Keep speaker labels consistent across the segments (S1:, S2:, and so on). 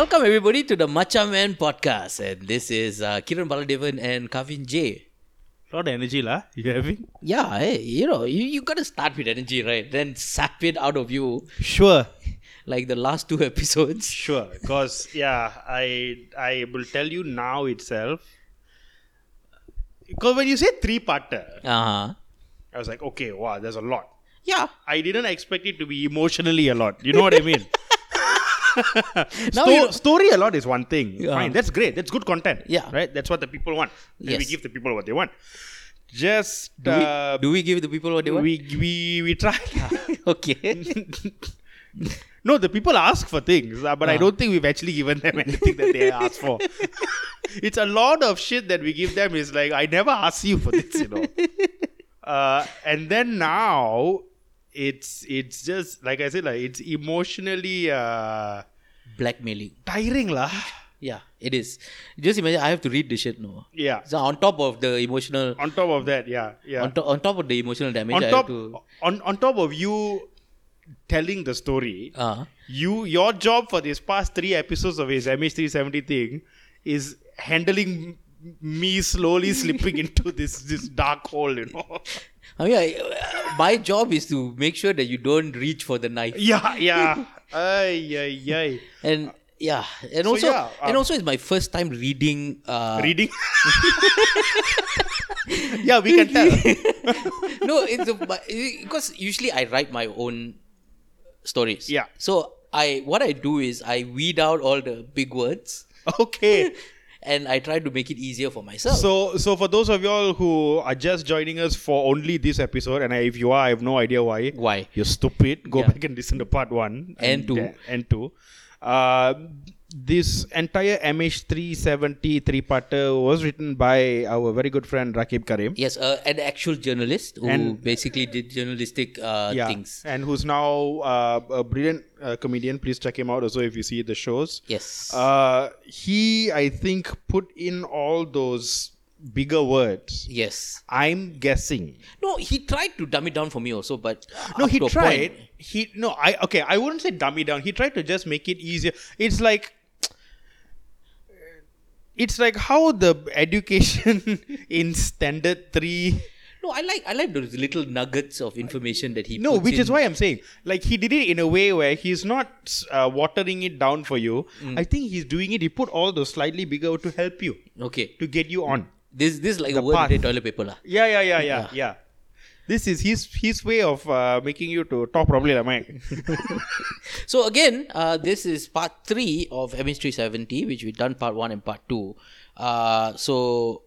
S1: Welcome everybody to the Macha Man podcast, and this is uh, Kiran Baladevan and Kavin J.
S2: A lot of energy, lah. You having?
S1: Yeah, hey, you know, you, you gotta start with energy, right? Then sap it out of you,
S2: Sure,
S1: like the last two episodes.
S2: sure.
S3: because yeah i i will tell you now itself because when you say three parter
S1: Uh huh.
S3: i was like okay wow there's a lot
S1: Yeah.
S3: i didn't expect it to be emotionally a lot you know what i mean
S1: Now
S3: Sto-
S1: you know-
S3: story a lot is one thing
S1: Yeah.
S3: fine that's great that's good content
S1: Yeah.
S3: right that's what the people want Then we
S1: Yes.
S3: give the people what they want just
S1: Do,
S3: uh,
S1: we, do we give the people what they want?
S3: we, we we try
S1: okay.
S3: No, the people ask for things, uh, but I
S1: Ah.
S3: don't think we've actually given them anything that they asked for. it's a lot of shit that we give them. Is like I never asked you for this, you know. uh, and then now, it's it's just like I said, like it's emotionally uh,
S1: Blackmailing.
S3: tiring, lah.
S1: Yeah, it is. Just imagine I have to read the shit now.
S3: Yeah.
S1: So on top of the emotional,
S3: On top of that, yeah, yeah.
S1: on, to, on top of the emotional damage,
S3: On
S1: I
S3: top,
S1: have to.
S3: on on top of you telling the story,
S1: Uh,
S3: you your job for these past three episodes of his MH370 thing is handling m- me slowly slipping into this this dark hole, you know.
S1: I mean, I, my job is to make sure that you don't reach for the knife.
S3: yeah, yeah. Ay, ay, ay.
S1: and yeah and
S3: so
S1: also
S3: yeah,
S1: and
S3: um,
S1: also it's my first time reading uh
S3: Reading. yeah, we can tell.
S1: no it's a, but- because usually i write my own stories
S3: Yeah.
S1: so i what i do is i weed out all the big words
S3: Okay.
S1: and i try to make it easier for myself
S3: So so for those of y'all who are just joining us for only this episode, and I, if you are, I have no idea why.
S1: why
S3: You're stupid. Go
S1: Yeah.
S3: back and listen to part one
S1: And two.
S3: uh, and two. Uh, this entire MH370 three parter was written by our very good friend Rakib Karim.
S1: yes uh, an actual journalist who
S3: And-
S1: basically did journalistic uh, things
S3: And who's now uh, a brilliant uh, comedian. Please check him out also if you see the shows.
S1: yes
S3: Uh, he, I think, put in all those bigger words.
S1: yes
S3: I'm guessing.
S1: no he tried to dumb it down for me also but
S3: No,
S1: up
S3: he
S1: to a
S3: tried.
S1: point-
S3: He no, I okay. I wouldn't say dummy down. He tried to just make it easier. It's like it's like how the education in standard three.
S1: no i like i like those little nuggets of information that he
S3: No,
S1: puts
S3: which
S1: in.
S3: is why I'm saying like he did it in a way where he's not uh, watering it down for you. I think he's doing it. He put all those slightly bigger to help you
S1: okay
S3: to get you on.
S1: This this is like a
S3: The
S1: word
S3: path.
S1: in toilet paper lah.
S3: Yeah, yeah, yeah, yeah, yeah. This is his his way of uh, making you to talk properly, like mine.
S1: So again, uh, this is part three of MH370, which we've done part one and part two. Uh, so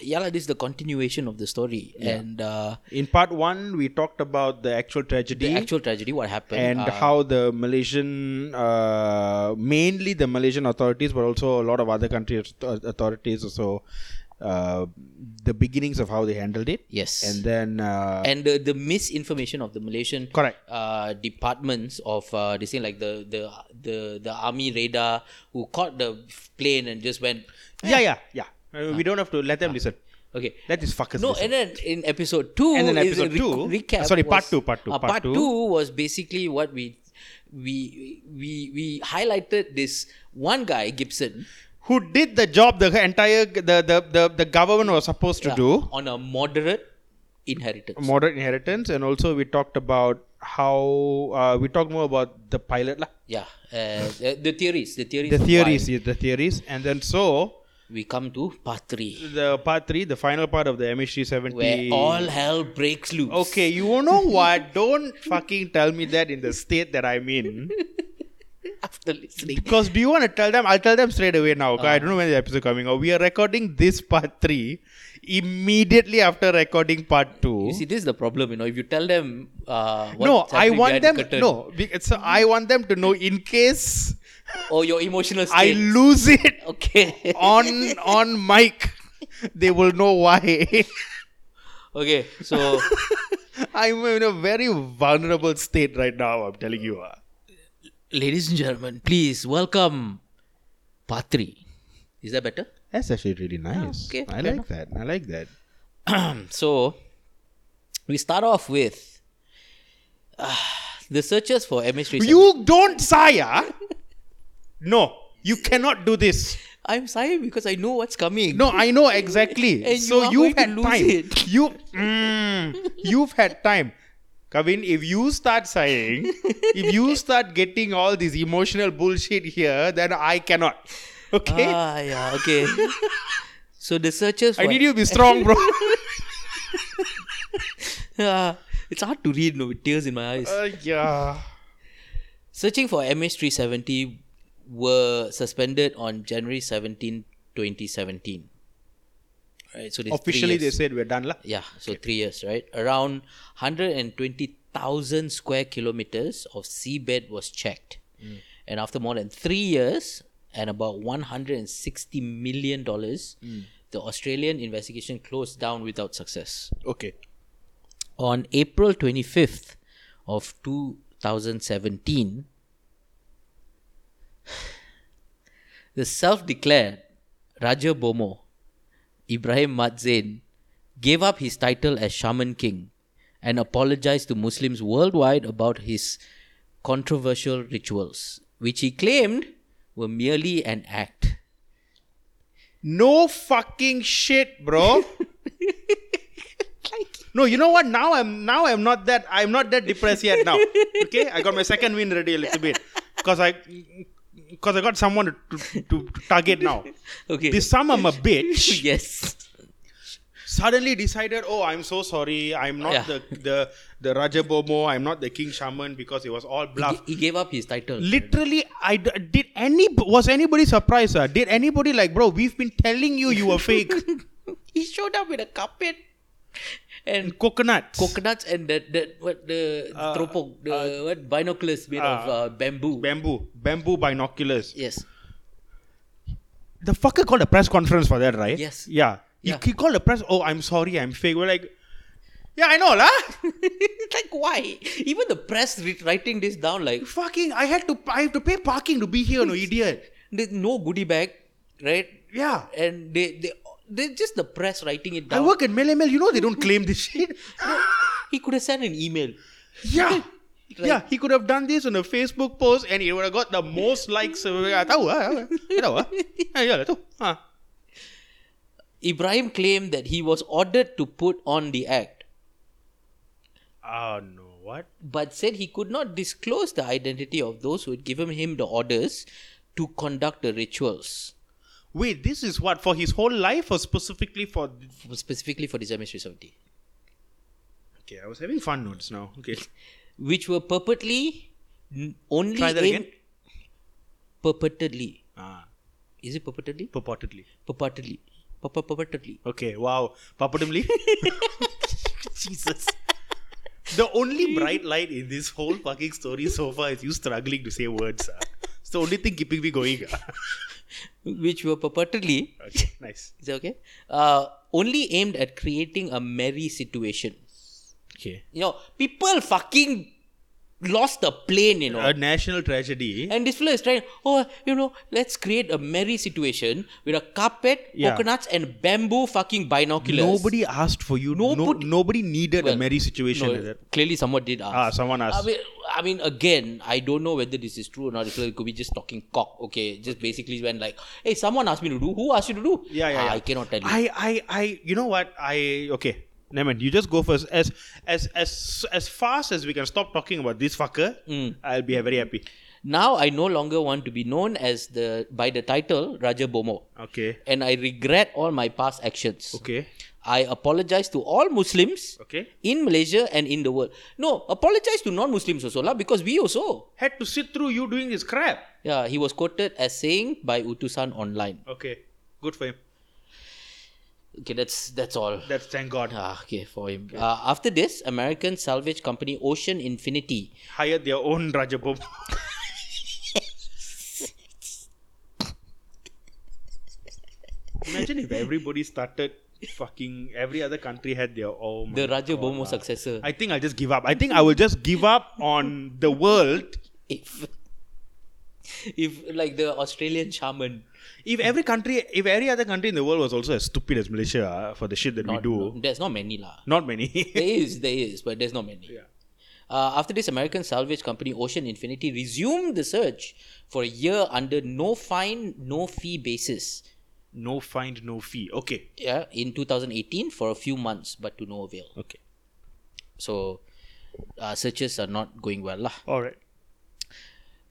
S1: yeah, lah, this is the continuation of the story and uh,
S3: In part one, we talked about the actual tragedy,
S1: the actual tragedy, what happened,
S3: and
S1: uh,
S3: how the Malaysian, uh, mainly the Malaysian authorities, but also a lot of other countries uh, authorities, also uh, the beginnings of how they handled it,
S1: yes,
S3: and
S1: and,
S3: then uh,
S1: the, the misinformation of the Malaysian
S3: Correct.
S1: uh, departments of uh, they say like the the the the army radar who caught the plane and just went
S3: yeah, yeah, yeah. Uh, we don't have to let them listen.
S1: okay
S3: Let these fuckers
S1: No,
S3: listen.
S1: and then in episode two,
S3: And then
S1: is a
S3: episode two-
S1: re- recap.
S3: sorry, part
S1: was-
S3: two, part two,
S1: uh,
S3: part
S1: part
S3: two.
S1: two was basically what we we we we highlighted this one guy Gibson
S3: Who did the job the entire the the, the, the government was supposed to
S1: uh,
S3: do? Mm.
S1: on a moderate inheritance.
S3: Moderate inheritance, and also we talked about how uh, we talked more about the pilot, lah.
S1: yeah, uh, the, the theories, the theories,
S3: the
S1: of
S3: theories,
S1: why.
S3: yeah, the theories, and then so
S1: We come to part three,
S3: the part three, the final part of the MH370.
S1: where all hell breaks loose.
S3: okay, you know what? Don't fucking tell me that in the state that I'm in.
S1: after listening.
S3: Because do you want to tell them? I'll tell them straight away now. Okay, I don't know when the episode coming out. We are recording this part three immediately after recording part two.
S1: You see, this is the problem, you know. If you tell them, uh, what's
S3: no, I
S1: happening
S3: want
S1: behind the
S3: them.
S1: curtain,
S3: No, be- so I want them to know in case
S1: or oh, your emotional
S3: I
S1: state.
S3: lose it
S1: okay,
S3: on on mic, they will know why.
S1: okay. So
S3: I'm in a very vulnerable state right now, I'm telling you. ah.
S1: Ladies and gentlemen, please welcome Patri. Is that better?
S3: That's actually really nice.
S1: okay,
S3: I
S1: fair
S3: like that. I like that.
S1: so, we start off with uh, the searchers for MH370.
S3: You don't, Saya! No. You cannot do this.
S1: I'm sorry because I know what's coming.
S3: No, I know exactly.
S1: And you
S3: so
S1: are
S3: you
S1: going
S3: have
S1: to
S3: had
S1: lose
S3: time.
S1: it.
S3: You, mm, you've had time. Kavin, if you start saying, if you start getting all this emotional bullshit here, then I cannot. Okay?
S1: Ah, yeah, okay. so the searchers.
S3: I
S1: were-
S3: need you to be strong, bro.
S1: Ah, it's hard to read no, with tears in my eyes.
S3: Uh, yeah.
S1: Searching for MH370 were suspended on January 17, 2017. Right, so this three
S3: Officially, they
S1: years.
S3: said we're done. La.
S1: Yeah, so three years, right? Around 120,000 square kilometers of seabed was checked. And after more than three years and about $160 million, the Australian investigation closed down without success.
S3: Okay.
S1: On April 25th of 2017, the self-declared Raja Bomo, Ibrahim Matzain, gave up his title as Shaman King and apologized to Muslims worldwide about his controversial rituals, which he claimed were merely an act.
S3: No fucking shit, bro. no, you know what? Now I'm now I'm not that I'm not that depressed yet now. Okay? I got my second win ready a little bit. Cause I because I got someone to, to, to target now.
S1: Okay.
S3: This some I'm a bitch
S1: yes.
S3: suddenly decided, oh, I'm so sorry, I'm not
S1: Yeah.
S3: the the the Rajabomo, I'm not the King Shaman because it was all
S1: He,
S3: bluff.
S1: he gave up his title.
S3: Literally, I d- did any was anybody surprised? Sir? Did anybody like, bro? We've been telling you you were fake.
S1: he showed up with a carpet and
S3: Coconuts.
S1: coconuts and the the what the
S3: Uh,
S1: tropong the what binoculars made of
S3: uh,
S1: uh, bamboo.
S3: bamboo bamboo binoculars
S1: yes.
S3: the fucker called a press conference for that right
S1: Yes.
S3: yeah he,
S1: Yeah.
S3: he called a press oh i'm sorry i'm fake we're like yeah i know lah
S1: like why? Even the press re- writing this down like
S3: fucking i had to i have to pay parking to be here no idiot
S1: there's no goodie bag, right?
S3: yeah
S1: And they they they just the press writing it
S3: i
S1: down.
S3: work at Mail Mail. you know they don't claim this shit
S1: He could have sent an email.
S3: yeah
S1: Like-
S3: yeah, he could have done this on a Facebook post and he would have got the most likes. Ah, tahu ah, ah, tahu ah. Ah, yeah, lah, tu. Ah.
S1: Ibrahim claimed that he was ordered to put on the act,
S3: Ah, no, what?
S1: but said he could not disclose the identity of those who had given him the orders to conduct the rituals.
S3: Wait, this is what? For his whole life or specifically for
S1: specifically for December 70,
S3: Okay, I was having fun notes now. Okay.
S1: which were purportedly n- only
S3: Try that
S1: aimed-
S3: again.
S1: purportedly.
S3: Ah,
S1: Is it purportedly?
S3: purportedly.
S1: Purportedly. Purpo- Purportedly.
S3: Okay, wow. Purportedly. Jesus. The only bright light in this whole fucking story so far is you struggling to say words. ah. It's the only thing keeping me going. ah.
S1: Which were purportedly,
S3: okay, nice.
S1: is that okay? Uh, only aimed at creating a merry situation.
S3: Okay.
S1: You know, people fucking lost the plane, you know.
S3: A national tragedy.
S1: and this fellow is trying, oh, you know, let's create a merry situation with a carpet,
S3: Yeah.
S1: coconuts, and bamboo fucking binoculars.
S3: Nobody asked for you. No,
S1: Nobody-
S3: nobody needed a
S1: Well,
S3: merry situation.
S1: No,
S3: like that.
S1: clearly, someone did ask.
S3: Ah, someone
S1: I
S3: asked.
S1: mean, I mean, again, I don't know whether this is true or not. It could- it could be just talking cock. Okay, just basically when like, hey, someone asked me to do. Who asked you to do?
S3: yeah, yeah,
S1: Ah,
S3: yeah.
S1: I cannot tell you.
S3: I, I, I, you know what? I okay. Never mind. You just go first. As, as, as, as fast as we can stop talking about this fucker,
S1: Hmm.
S3: I'll be very happy.
S1: now I no longer want to be known as the by the title Raja Bomo,
S3: Okay.
S1: and I regret all my past actions.
S3: Okay.
S1: I apologize to all Muslims
S3: Okay.
S1: in Malaysia and in the world. No, apologize to non-Muslims also, lah, because we also.
S3: Had to sit through you doing this crap.
S1: Yeah, he was quoted as saying by Utusan online.
S3: Okay. Good for him.
S1: Okay, that's that's all.
S3: That's thank God.
S1: Ah, okay, for him. Uh, after this, American salvage company Ocean Infinity.
S3: Hired their own Rajabom. Imagine if everybody started fucking every other country had their own
S1: The Raja Bomo successor.
S3: Oh I think I'll just give up. I think I will just give up on the world.
S1: If, if like the Australian shaman.
S3: If every country, if every other country in the world was also as stupid as Malaysia ah, for the shit that we do,
S1: There's not many lah.
S3: not many.
S1: There is, there is, but there's not many.
S3: Yeah.
S1: Uh, after this, American salvage company Ocean Infinity resumed the search for a year under no fine, no fee basis.
S2: No find, no fee. Okay.
S1: Yeah, in 2018 for a few months, but to no avail.
S2: Okay.
S1: So, uh, searches are not going well, lah.
S3: All right.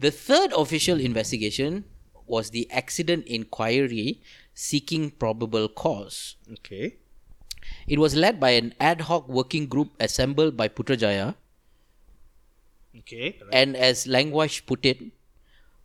S1: The third official investigation was the accident inquiry seeking probable cause.
S2: Okay.
S1: It was led by an ad hoc working group assembled by Putrajaya
S2: Okay. Right.
S1: and, as Langwash put it,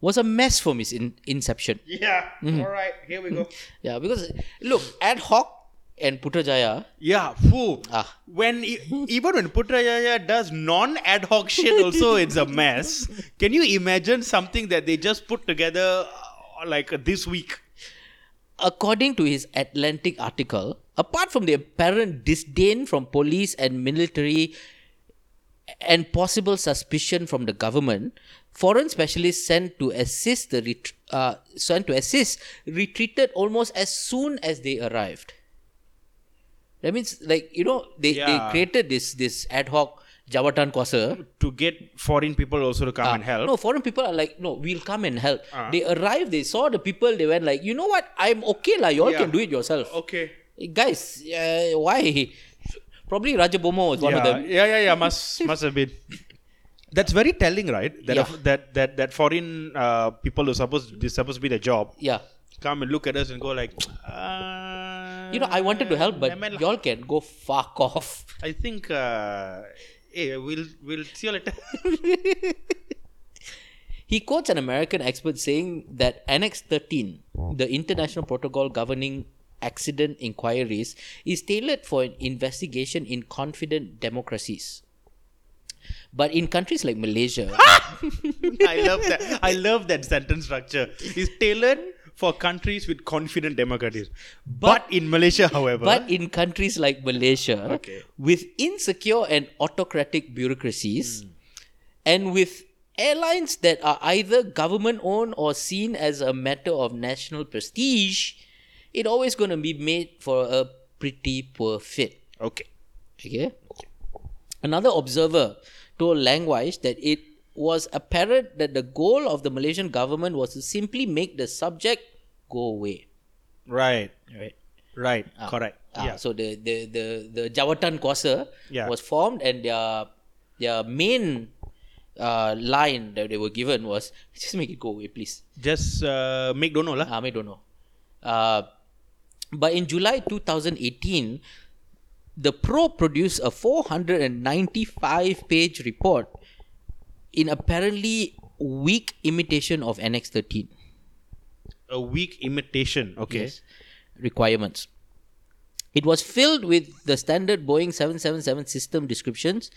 S1: was a mess from its in- inception.
S3: Yeah. All right. Here we go.
S1: Yeah, because look, ad hoc and Putrajaya.
S3: Yeah. Who?
S1: Ah.
S3: When e- even when Putrajaya does non ad hoc shit, also it's a mess. Can you imagine something that they just put together uh, like this week?
S1: According to his Atlantic article, apart from the apparent disdain from police and military and possible suspicion from the government, foreign specialists sent to assist the ret- uh, sent to assist retreated almost as soon as they arrived. That means, like you know, they, they
S3: Yeah.
S1: created this this ad hoc Jawatan Kwasa
S3: to get foreign people also to come
S2: Ah.
S3: and help. Ah.
S1: No, foreign people are like, no, we'll come and help. They arrived, they saw the people, they went like, you know what? I'm okay, lah. You all
S3: Yeah.
S1: can do it yourself.
S3: Okay.
S1: Guys, uh, why? Probably Rajabomo was one
S3: yeah.
S1: of them.
S3: Yeah, yeah, yeah. Must must have been. That's very telling, right? That
S1: Yeah.
S3: that that that foreign uh, people who supposed this supposed to be the job
S1: Yeah.
S3: come and look at us and go like, uh,
S1: You know, I wanted to help, but
S3: nevermind lah.
S1: y'all can go fuck off.
S3: I think uh, eh, we'll we'll see you later.
S1: He quotes an American expert saying that Annex 13, the international protocol governing accident inquiries, is tailored for an investigation in confident democracies. But in countries like Malaysia,
S3: I love that. I love that sentence structure. It's tailored for countries with confident democracies. But, in Malaysia, however,
S1: But in countries like Malaysia,
S3: Okay.
S1: with insecure and autocratic bureaucracies, and with airlines that are either government owned or seen as a matter of national prestige, it always going to be made for a pretty poor fit.
S3: okay.
S1: Okay. Another observer told Langwise that it was apparent that the goal of the Malaysian government was to simply make the subject go away.
S3: Right. Right. Right. Correct.
S1: Ah,
S3: yeah.
S1: So the the the the Jawatan Kwasa
S3: Yeah.
S1: was formed, and their their main uh, line that they were given was just make it go away, please.
S3: Just uh, make don't know lah.
S1: Um, I don't know. Uh, but in July 2018, the Pro produced a 495-page report in apparently weak imitation of Annex 13.
S3: a weak imitation. Okay.
S1: Yes. requirements. It was filled with the standard Boeing 777 system descriptions,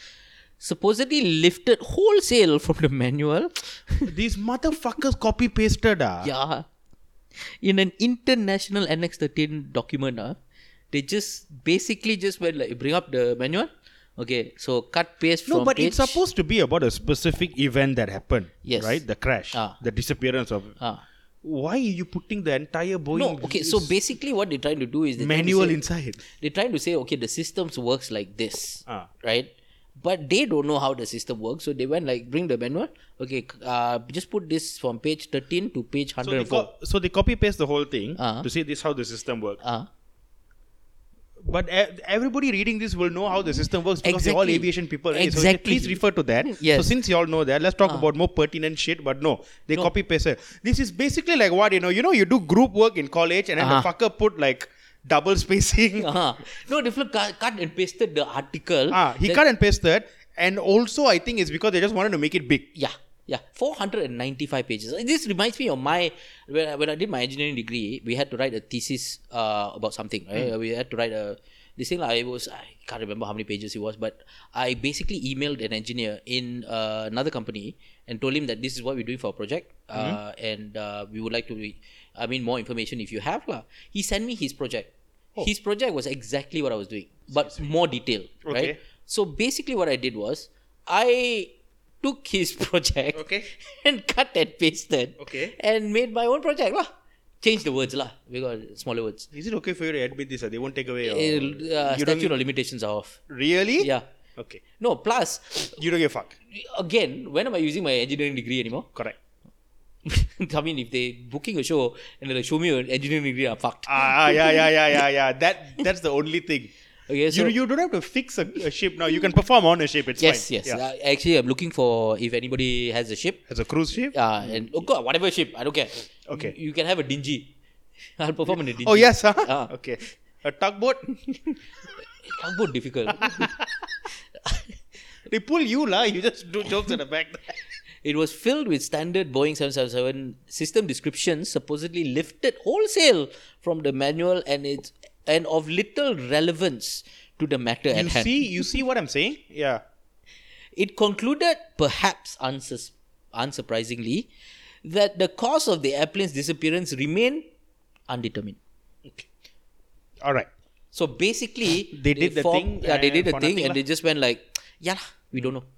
S1: supposedly lifted wholesale from the manual.
S3: These motherfuckers copy pasted. Ah.
S1: yeah. In an international Annex 13 document, ah, they just basically just went like, bring up the manual. Okay, so cut paste
S3: No,
S1: from
S3: but it's
S1: page.
S3: supposed to be about a specific event that happened.
S1: Yes.
S3: Right? The crash.
S1: Ah.
S3: The disappearance of.
S1: Ah.
S3: Why are you putting the entire Boeing
S1: No, okay, so basically what they're trying to do is they're trying to
S3: manual
S1: say-
S3: inside?
S1: they're trying to say, okay, the systems works like this.
S3: Ah.
S1: right? But they don't know how the system works, so they went like, bring the manual. Okay, c- uh, just put this from page thirteen to page
S3: So they,
S1: hundred four.
S3: co- so they copy paste the whole thing
S1: Ah.
S3: to say this how the system works.
S1: Uh,
S3: But e- everybody reading this will know how the system works because they're all
S1: Exactly.
S3: aviation people. right? So
S1: Exactly.
S3: please refer to that.
S1: Yes. Ah.
S3: So since you all know that, let's talk about more pertinent shit. But no, they copy paste it. This is basically like what you know. You know, you do group work in college, and then
S1: Ah.
S3: the fucker put like double spacing.
S1: uh No, they fl- cut, cut and pasted the article.
S3: Ah, he
S1: that-
S3: cut and paste that. And also, I think it's because they just wanted to make it big.
S1: Yeah, yeah, four hundred and ninety-five pages. This reminds me of my when I, when I did my engineering degree, we had to write a thesis uh, about something. Right, we had to write a this thing. Like, it was I can't remember how many pages it was, but I basically emailed an engineer in uh, another company and told him that this is what we're doing for our project, uh, and uh, we would like to, re- I mean, more information if you have. lah. He sent me his project. His project was exactly what I was doing, but more detail. Right.
S3: Okay.
S1: So basically, what I did was I took his project
S3: Okay.
S1: and cut and pasted
S3: Okay.
S1: and made my own project lah. Change the words lah. We got smaller words.
S3: Is it okay for you Eh? to admit this? Or they won't take away. Your,
S1: Eh, uh,
S3: you
S1: statute of limitations are off.
S3: really?
S1: Yeah.
S2: Okay.
S1: No, plus
S3: You don't give a fuck.
S1: again, when am I using my engineering degree anymore?
S3: Correct.
S1: I mean, if they booking a show and they're like, show me your engineering degree, I'm fucked.
S3: Ah, ah, yeah, yeah, yeah, yeah, yeah. That that's the only thing.
S1: Okay, so Mm.
S3: you you don't have to fix a, a ship now. You can perform on a ship. It's
S1: yes,
S3: fine.
S1: yes.
S3: Yeah.
S1: Uh, actually, I'm looking for if anybody has a ship.
S3: As a cruise ship.
S1: Uh, and oh god, whatever ship, I don't care.
S3: Okay.
S1: you, you can have a dingy. I'll perform in a dingy.
S3: Oh yes, huh?
S1: Ah.
S3: Okay. A tugboat.
S1: tugboat difficult.
S3: they pull you lah. You just do jokes at the back.
S1: it was filled with standard Boeing 777 system descriptions, supposedly lifted wholesale from the manual, and it's and of little relevance to the matter
S3: you
S1: at hand.
S3: see, you see what I'm saying? Yeah.
S1: It concluded, perhaps unsus- unsurprisingly, that the cause of the airplane's disappearance remained undetermined.
S3: All right.
S1: So basically,
S3: They did the thing
S1: Yeah, they
S3: and
S1: did the
S3: for
S1: thing,
S3: nothing
S1: and
S3: lah.
S1: they just went like, "Yeah, lah, we don't know."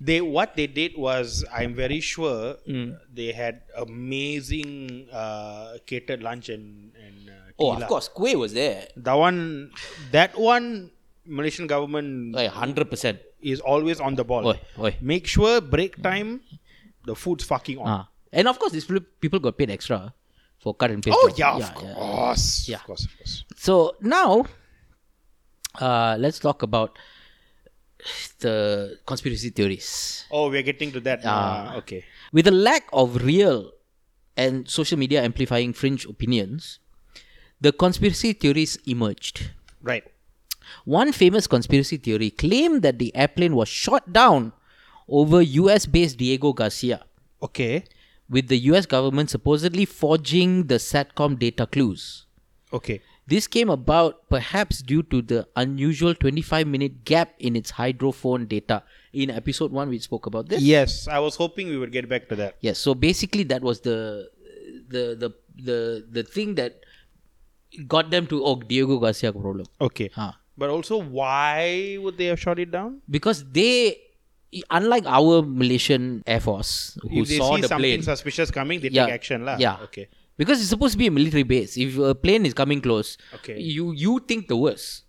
S3: They what they did was I'm very sure
S1: Mm.
S3: they had amazing uh, catered lunch and and uh,
S1: Oh, of
S3: tea lah.
S1: course, Kueh was there,
S3: That one, that one, Malaysian government
S1: like hundred percent.
S3: is always on the ball.
S1: Oh, Oi, oi.
S3: Make sure break time, the food's fucking
S1: Ah,
S3: on.
S1: and of course, these pl- people got paid extra for cut and paste.
S3: Oh
S1: job.
S3: yeah, of course,
S1: Yeah.
S3: of course, of course.
S1: So now, uh, let's talk about the conspiracy theories.
S3: Oh, we're getting to that.
S1: Ah,
S3: now. Ah, okay.
S1: With a lack of real and social media amplifying fringe opinions, the conspiracy theories emerged.
S3: Right.
S1: One famous conspiracy theory claimed that the airplane was shot down over US based Diego Garcia,
S3: Okay.
S1: with the US government supposedly forging the SATCOM data clues.
S3: Okay.
S1: This came about perhaps due to the unusual 25 minute gap in its hydrophone data. In episode 1, we spoke about this.
S3: Yes, I was hoping we would get back to that.
S1: Yes, so basically that was the the the the the thing that got them to oh Diego Garcia problem.
S3: Okay.
S1: Huh.
S3: But also, why would they have shot it down?
S1: Because they unlike our Malaysian Air Force who
S3: if they
S1: saw
S3: see
S1: the
S3: something
S1: plane.
S3: suspicious coming, they take action, lah.
S1: Yeah.
S3: Okay.
S1: Because it's supposed to be a military base. If a plane is coming close,
S3: Okay.
S1: you you think the worst.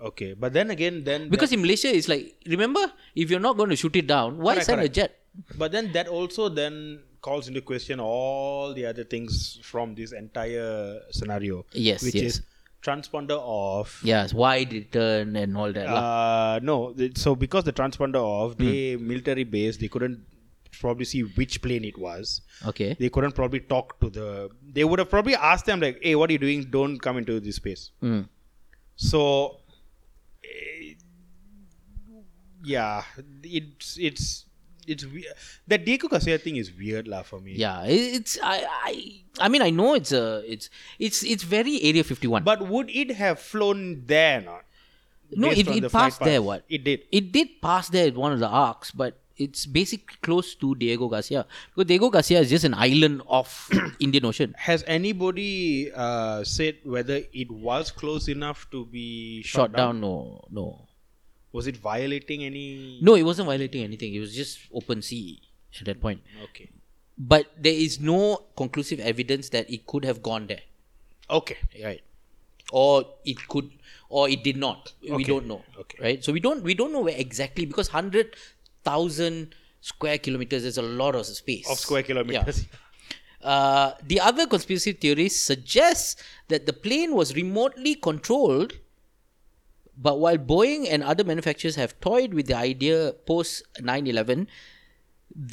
S3: Okay. But then again, then
S1: Because in Malaysia it's like remember, if you're not going to shoot it down, why
S3: Correct,
S1: send
S3: correct.
S1: a jet?
S3: But then that also then calls into question all the other things from this entire scenario.
S1: Yes,
S3: which
S1: yes.
S3: is transponder off.
S1: Yes, why did it turn and all that. lah.
S3: Uh, no, th- so because the transponder off, they
S1: Hmm.
S3: military base, they couldn't probably see which plane it was.
S1: okay.
S3: They couldn't probably talk to the. They would have probably asked them like, "Hey, what are you doing? Don't come into this space."
S1: Mm.
S3: So, eh, yeah, it's it's it's weird. That Diego Garcia thing is weird, lah, for me.
S1: Yeah, it- it's I, I I mean I know it's a it's it's it's very Area 51.
S3: But would it have flown there or not?
S1: No,
S3: Based
S1: it-
S3: on
S1: it
S3: the flight
S1: passed there,
S3: path.
S1: what?
S3: It did.
S1: it did pass there at one of the arcs, but it's basically close to Diego Garcia because Diego Garcia is just an island off Indian Ocean.
S3: Has anybody uh, said whether it was close enough to be shot,
S1: Shot down, no, no,
S3: Was it violating any?
S1: no. It wasn't violating anything. It was just open sea at that point.
S3: Okay.
S1: But there is no conclusive evidence that it could have gone there,
S3: Okay.
S1: right? Or it could, or it did not. We don't know,
S3: Okay.
S1: right? So we don't we don't know where exactly because hundred thousand square kilometers is a lot of space
S3: Of square
S1: Yeah.
S3: kilometers.
S1: Uh, the other conspiracy theory suggests that the plane was remotely controlled. But while Boeing and other manufacturers have toyed with the idea post 9 11,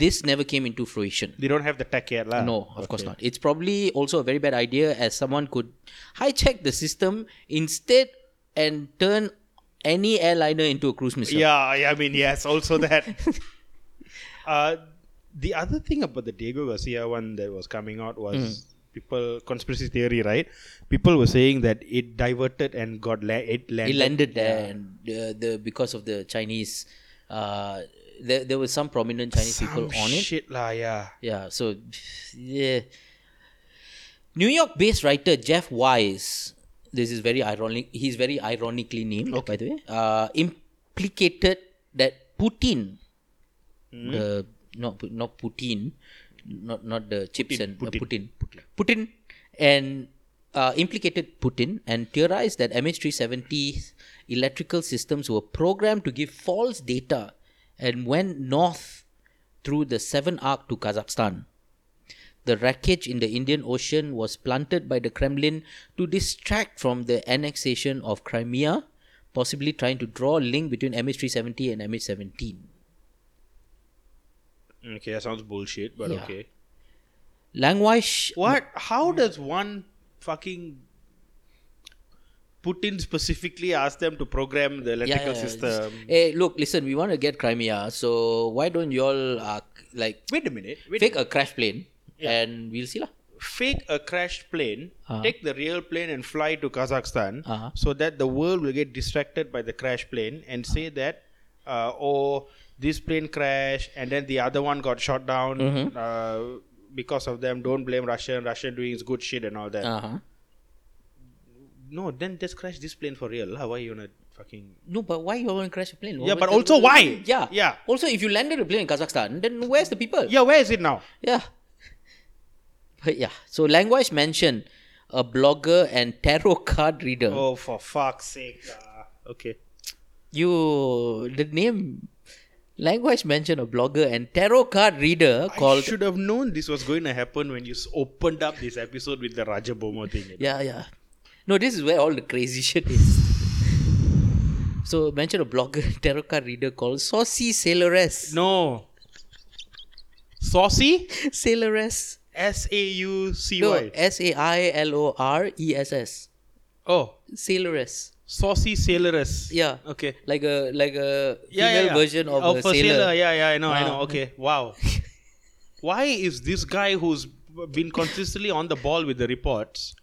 S1: this never came into fruition.
S3: They don't have the tech yet, lah.
S1: No, of course not. It's probably also a very bad idea as someone could hijack the system instead and turn any airliner into a cruise missile.
S3: Yeah, I I mean, yes, also that. uh, the other thing about the Diego Garcia one that was coming out was
S1: Hmm.
S3: people conspiracy theory, right? People were saying that it diverted and got la- it landed.
S1: it landed there and uh, the because of the Chinese uh, there, there was some prominent Chinese people
S3: Some
S1: on it.
S3: Shit, lah, yeah.
S1: Yeah, so yeah. New York based writer Jeff Wise, this is very ironic he's very ironically named by the way, uh, implicated that Putin the not Pu- not Putin, not not the chips and uh, Putin. Putin. and uh, implicated Putin and theorized that MH370's electrical systems were programmed to give false data and went north through the Seven Arc to Kazakhstan. The wreckage in the Indian Ocean was planted by the Kremlin to distract from the annexation of Crimea, possibly trying to draw a link between MH370 and MH17.
S2: Okay, that sounds bullshit, but
S1: Yeah.
S2: okay.
S1: Langweish
S3: What? How does one fucking Putin specifically ask them to program the
S1: Yeah,
S3: electrical
S1: yeah, yeah.
S3: system?
S1: Just- Hey, look, listen, we want to get Crimea, so why don't y'all uh, like
S3: Wait a minute. Wait
S1: fake
S3: a,
S1: a crash plane and we'll see lah.
S3: fake a crashed plane.
S1: Uh-huh.
S3: Take the real plane and fly to Kazakhstan,
S1: Uh-huh.
S3: so that the world will get distracted by the crash plane and say that, uh, oh, this plane crashed and then the other one got shot down
S1: Mm-hmm.
S3: uh, because of them. Don't blame Russia. Russia doing is good shit and all that.
S1: Uh huh.
S3: No, then just crash this plane for real. lah. Why you wanna fucking
S1: No, but why you want to crash a plane?
S3: Yeah,
S1: What
S3: but
S1: the-
S3: also why?
S1: Yeah,
S3: Yeah.
S1: Also, if you landed a plane in Kazakhstan, then where's the people?
S3: Yeah, where is it now?
S1: Yeah. But yeah, so language mentioned a blogger and tarot card reader.
S3: Oh, for fuck's sake. ah. okay.
S1: You the name language mentioned a blogger and tarot card reader
S3: I
S1: called
S3: should have known this was going to happen when you s- opened up this episode with the Raja Bomo thing.
S1: Yeah, yeah. No, this is where all the crazy shit is. so mention a blogger, tarot card reader called Saucy Sailoress.
S3: No. Saucy?
S1: Sailoress.
S3: S A U C
S1: No,
S3: Y.
S1: S A I L O R E S S.
S3: Oh,
S1: Sailoress.
S3: Saucy Sailoress.
S1: Yeah.
S3: Okay.
S1: Like a like a
S3: Yeah,
S1: female
S3: yeah, yeah.
S1: version of
S3: Oh,
S1: a
S3: for
S1: sailor.
S3: Yeah, yeah, I know, I
S1: Ah.
S3: know. Okay. Wow. Why is this guy who's been consistently on the ball with the reports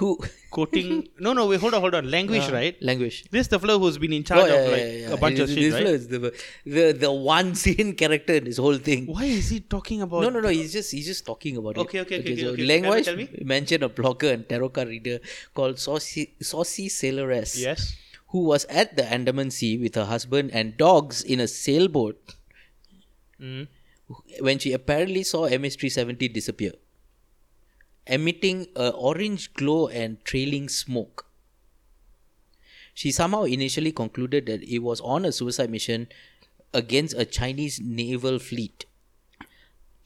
S1: Who
S3: quoting? no, no, wait, hold on, hold on. Language, right?
S1: language.
S3: This is the fellow who's been in
S1: Oh,
S3: charge of like a bunch of
S1: This-
S3: shit,
S1: this
S3: right?
S1: fellow is the, the the one sane character in this whole thing.
S3: Why is he talking about?
S1: No, no, no. He's just he's just talking about it.
S3: Okay, okay, okay, okay,
S1: so
S3: okay.
S1: Language
S3: Tell me,
S1: mentioned a blogger and tarot card reader called Saucy, Saucy Sailoress,
S3: Yes.
S1: who was at the Andaman Sea with her husband and dogs in a sailboat Hmm. when she apparently saw MH370 disappear, emitting a orange glow and trailing smoke. She somehow initially concluded that it was on a suicide mission against a Chinese naval fleet.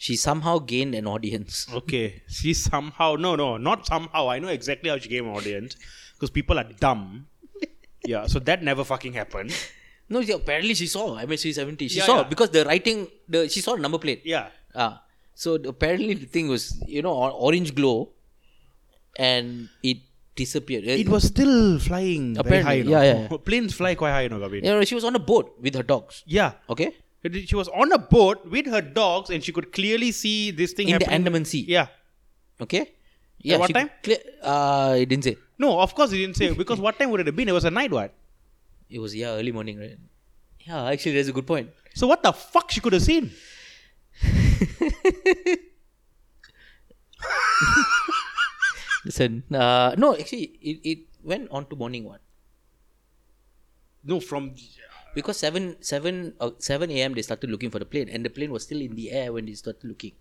S1: She somehow gained an audience.
S3: Okay. She somehow. No, no, not somehow. I know exactly how she came audience because people are dumb. yeah. So that never fucking happened.
S1: No, she, apparently she saw MH370. She
S3: Yeah,
S1: saw
S3: yeah.
S1: because the writing, the she saw the number plate.
S3: Yeah.
S1: Ah, so the- apparently the thing was, you know, o- orange glow, and it disappeared.
S3: It was still flying very high.
S1: Apparently,
S3: you know.
S1: yeah, yeah, yeah.
S3: Planes fly quite high, you know, Gavin.
S1: You know, she was on a boat with her dogs.
S3: Yeah.
S1: Okay,
S3: It- She was on a boat with her dogs, and she could clearly see this thing
S1: in the
S3: happening.
S1: Andaman Sea.
S3: Yeah.
S1: Okay. Yeah.
S3: what
S1: she
S3: time?
S1: cle- uh, it didn't say.
S3: No, of course he didn't say because what time would it have been? It was a night, what?
S1: It was yeah, early morning, right? Yeah, actually, that's a good point.
S3: So what the fuck she could have seen?
S1: Listen, uh, no, actually, it, it went on to morning one
S3: No, from
S1: because seven seven uh, seven a.m. they started looking for the plane, and the plane was still in the air when they started looking.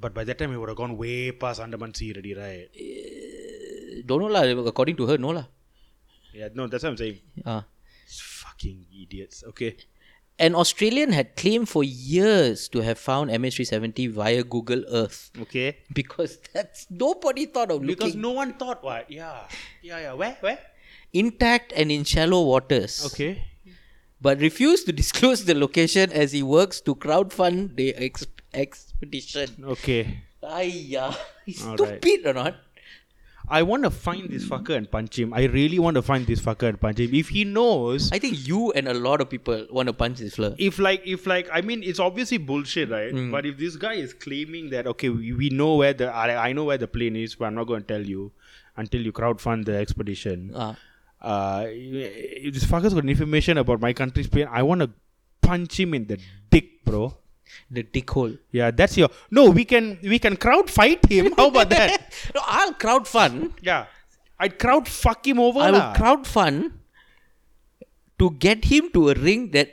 S3: But by that time, it would have gone way past Andaman Sea already, right?
S1: Uh, Don't know lah. According to her, no lah.
S3: Yeah, no, that's what I'm saying.
S1: Uh,
S3: Fucking idiots. Okay.
S1: an Australian had claimed for years to have found MH370 via Google Earth
S3: Okay.
S1: because that's nobody thought of
S3: Because
S1: looking
S3: no one thought what? Yeah. Yeah, yeah. Where? Where?
S1: intact and in shallow waters.
S3: Okay.
S1: but refused to disclose the location as he works to crowdfund the ex- expedition.
S3: Okay.
S1: Aiya, he's
S3: All right.
S1: stupid or not?
S3: I want to find this fucker and punch him. I really want to find this fucker and punch him. If he knows,
S1: I think you and a lot of people want to punch this flirt.
S3: if like, if like, I mean, it's obviously bullshit, right? But if this guy is claiming that, okay, we, we know where the, I, I know where the plane is, but I'm not going to tell you until you crowdfund the expedition.
S1: Uh,
S3: uh, if this fucker's got information about my country's plane, I want to punch him in the dick, bro.
S1: the dick hole.
S3: Yeah, that's your. No, we can we can crowd fight him. How about that?
S1: No, I'll crowd fund.
S3: yeah, I'd crowd fuck him over.
S1: I will
S3: lah.
S1: crowd fund to get him to a ring that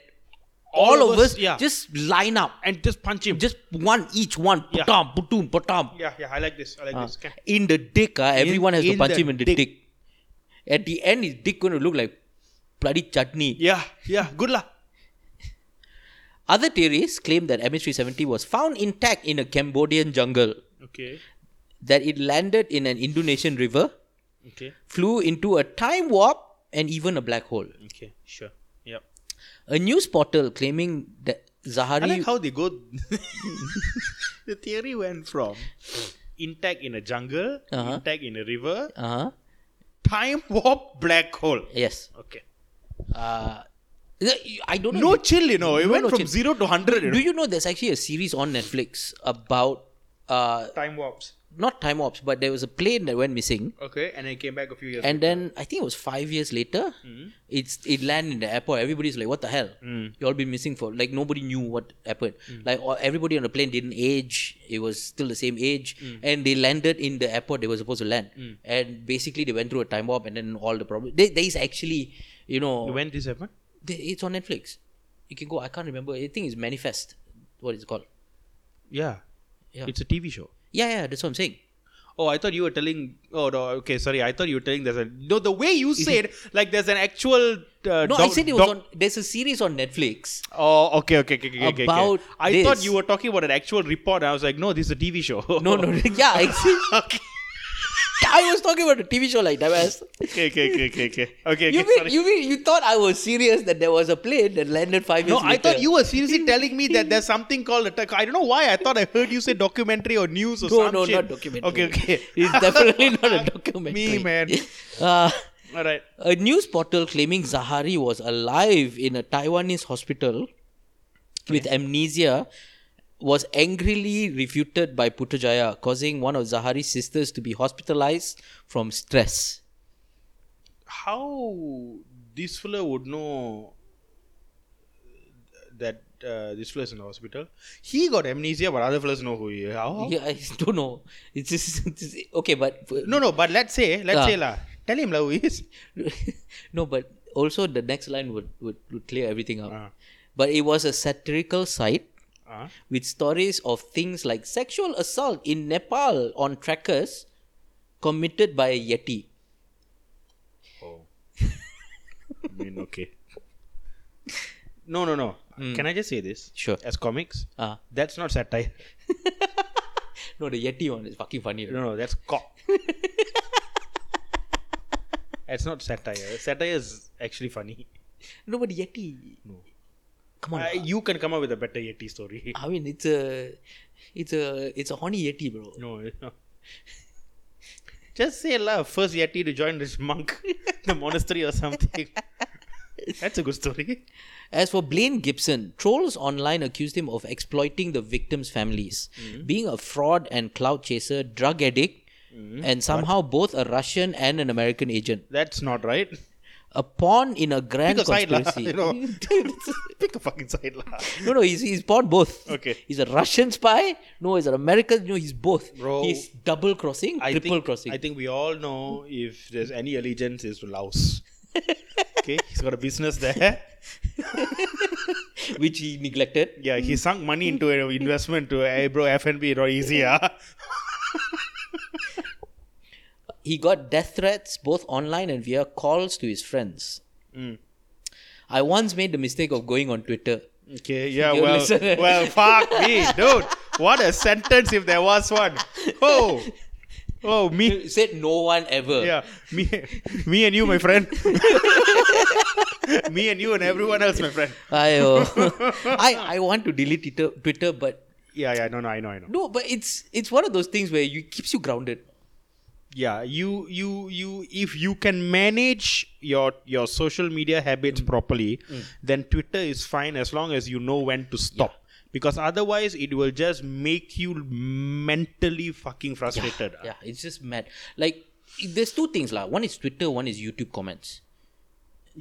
S1: all,
S3: All
S1: of
S3: of
S1: us,
S3: us, yeah.
S1: just line up
S3: and just punch him.
S1: just one each one
S3: Yeah.
S1: patam putum patam
S3: yeah, yeah, I like this. I like
S1: Ah.
S3: this. Okay.
S1: in the dick ah, everyone has to
S3: in
S1: punch
S3: the
S1: him in the dick.
S3: dick.
S1: at the end his dick going to look like bloody chutney
S3: Yeah, yeah. Good luck.
S1: other theories claim that mh370 was found intact in a cambodian jungle
S3: Okay.
S1: that it landed in an indonesian river
S3: Okay.
S1: flew into a time warp and even a black hole
S3: Okay. Sure. Yep.
S1: a news portal claiming that
S3: I
S1: zahari
S3: like how they go. the theory went from intact in a jungle,
S1: Uh-huh.
S3: intact in a river,
S1: uh-huh
S3: time warp, black hole.
S1: yes
S3: Okay.
S1: uh i don't know
S3: No chill, you know. It went
S1: no
S3: from
S1: chill.
S3: zero to hundred. You know?
S1: Do you know there's actually a series on Netflix about uh
S3: time warps.
S1: not time ops, but there was a plane that went missing,
S3: Okay, and then came back a few years.
S1: and then I think it was five years later.
S3: Hmm.
S1: It's it landed in the airport. Everybody's like, "What the hell? You all been missing for like nobody knew what happened.
S3: Hmm.
S1: Like all, everybody on the plane didn't age. It was still the same age,
S3: Hmm.
S1: and they landed in the airport they were supposed to land. And basically, they went through a time warp, and then all the problems. There, there is actually, you know,
S3: when this happened?
S1: they, it's on Netflix. You can go. I can't remember. I think it's Manifest. What is it called?
S3: Yeah.
S1: Yeah.
S3: It's a TV show.
S1: Yeah, yeah, that's what I'm saying.
S3: Oh, I thought you were telling. Oh no, okay, sorry. I thought you were telling there's a no. The way you said, like there's an actual. Uh,
S1: No, I
S3: doc-
S1: said it was
S3: doc-
S1: on. There's a series on Netflix.
S3: Oh, okay, okay, okay, okay, okay, okay.
S1: About
S3: I
S1: this.
S3: thought you were talking about an actual report. I was like, no, this is a TV show.
S1: No, no, yeah, I see.
S3: Oh. okay,
S1: I was talking about a TV show like that. Was,
S3: okay, okay, okay, okay, okay. okay
S1: you mean
S3: sorry.
S1: you mean you thought I was serious that there was a plane that landed five
S3: no,
S1: years
S3: I
S1: later?
S3: thought you were seriously telling me that there's something called a tech. I don't know why. I thought I heard you say documentary or news or
S1: No,
S3: some
S1: no,
S3: shit.
S1: not documentary.
S3: Okay, okay.
S1: It's definitely not a documentary.
S3: me, man.
S1: Uh,
S3: All right.
S1: a news portal claiming Zahari was alive in a Taiwanese hospital with amnesia was angrily refuted by Putrajaya, causing one of Zahari's sisters to be hospitalized from stress.
S3: how this fella would know that uh, this fella's in the hospital? He got amnesia, but other fellas know who he is. How? how-
S1: Yeah, I don't know. It's just, it's just- okay, but
S3: No, no, but let's say, let's
S1: Ah.
S3: say, la, tell him la, who he is.
S1: no, but also the next line would would, would clear everything up.
S3: Ah.
S1: But it was a satirical site
S3: Ah.
S1: with stories of things like sexual assault in Nepal on trackers committed by a yeti.
S3: Oh. I mean, okay. No, no, no. Can I just say this?
S1: Hmm. Sure.
S3: As comics,
S1: Ah,
S3: that's not satire.
S1: no, the yeti one is fucking funny.
S3: No, no, that's cop. that's not satire. Satire is actually funny.
S1: No, but yeti.
S3: No.
S1: Come on.
S3: Uh, you can come up with a better Yeti story.
S1: I mean, it's a, it's a, it's a horny yeti, bro.
S3: No. no. Just say love. First Yeti to join this monk, the monastery or something. That's a good story.
S1: As for Blaine Gibson, trolls online accused him of exploiting the victims' families,
S3: Mm.
S1: being a fraud and cloud chaser, drug addict,
S3: Mm.
S1: and somehow both a Russian and an American agent.
S3: That's not right.
S1: A pawn in a grand
S3: Pick a side, lah,
S1: conspiracy.
S3: you know. Pick a fucking side lah.
S1: no, no, he's, he's pawned both.
S3: Okay.
S1: He's a Russian spy. No, he's an American. No, he's both.
S3: Bro,
S1: he's double crossing,
S3: I
S1: triple
S3: think,
S1: crossing.
S3: I think we all know if there's any allegiance is to Laos. Okay, he's got a business there.
S1: which he neglected.
S3: Yeah, he sunk money into an investment to hey bro FNB not easy ah.
S1: He got death threats both online and via calls to his friends.
S3: Hmm.
S1: I once made the mistake of going on Twitter.
S3: Okay, yeah,
S1: You
S3: well,
S1: listen.
S3: well, fuck me, dude. What a sentence if there was one. Oh, oh, me,
S1: said no one ever.
S3: yeah, me, me and you, my friend. me and you and everyone else, my friend.
S1: Aiyo. I I want to delete Twitter, Twitter, but
S3: Yeah, yeah, no, no, I know, I know.
S1: no, but it's it's one of those things where you keeps you grounded.
S3: Yeah, you, you, you. If you can manage your your social media habits
S1: Mm.
S3: properly, then Twitter is fine as long as you know when to stop. Because otherwise, it will just make you mentally fucking frustrated. ah.
S1: Yeah, it's just mad. Like there's two things lah. One is Twitter, one is YouTube comments.